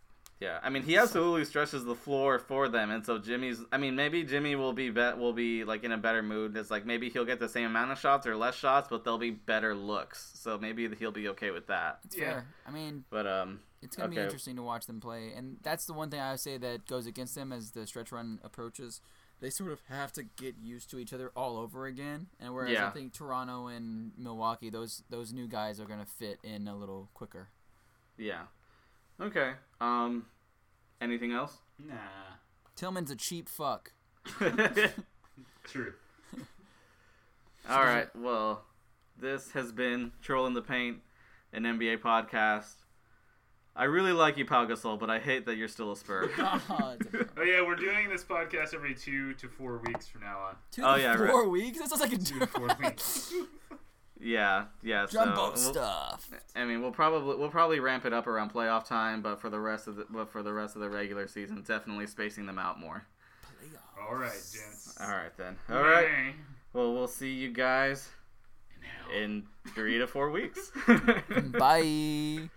S3: yeah, I mean, he absolutely stretches the floor for them, and so Jimmy's. I mean, maybe Jimmy will be bet will be like in a better mood. It's like maybe he'll get the same amount of shots or less shots, but they'll be better looks. So maybe he'll be okay with that.
S1: It's
S2: Yeah.
S1: fair. I mean,
S3: But um,
S1: it's gonna be
S3: Okay.
S1: interesting to watch them play, and that's the one thing I would say that goes against them as the stretch run approaches. They sort of have to get used to each other all over again, and whereas I
S3: Yeah.
S1: think Toronto and Milwaukee, those those new guys are gonna fit in a little quicker.
S3: yeah, okay. Um, anything else?
S2: Nah.
S1: Tillman's a cheap fuck.
S2: True.
S3: All right. Well, this has been Troll in the Paint, an NBA podcast. I really like you, Pau Gasol, but I hate that you're still a Spur.
S1: oh, it's a bummer.
S2: Oh yeah, we're doing this podcast every two to four weeks from now on.
S1: Two
S3: Oh,
S1: to
S3: yeah, right.
S1: four weeks. That sounds like a
S2: Two to four weeks.
S3: yeah, yeah. so-
S1: jumbo
S3: we'll-
S1: stuff.
S3: I mean, we'll probably we'll probably ramp it up around playoff time, but for the rest of the but for the rest of the regular season, definitely spacing them out more.
S1: Playoff.
S2: All right, gents.
S3: All right then. All right.
S2: Hey.
S3: Well, we'll see you guys
S2: Now.
S3: in three to four weeks.
S1: Bye.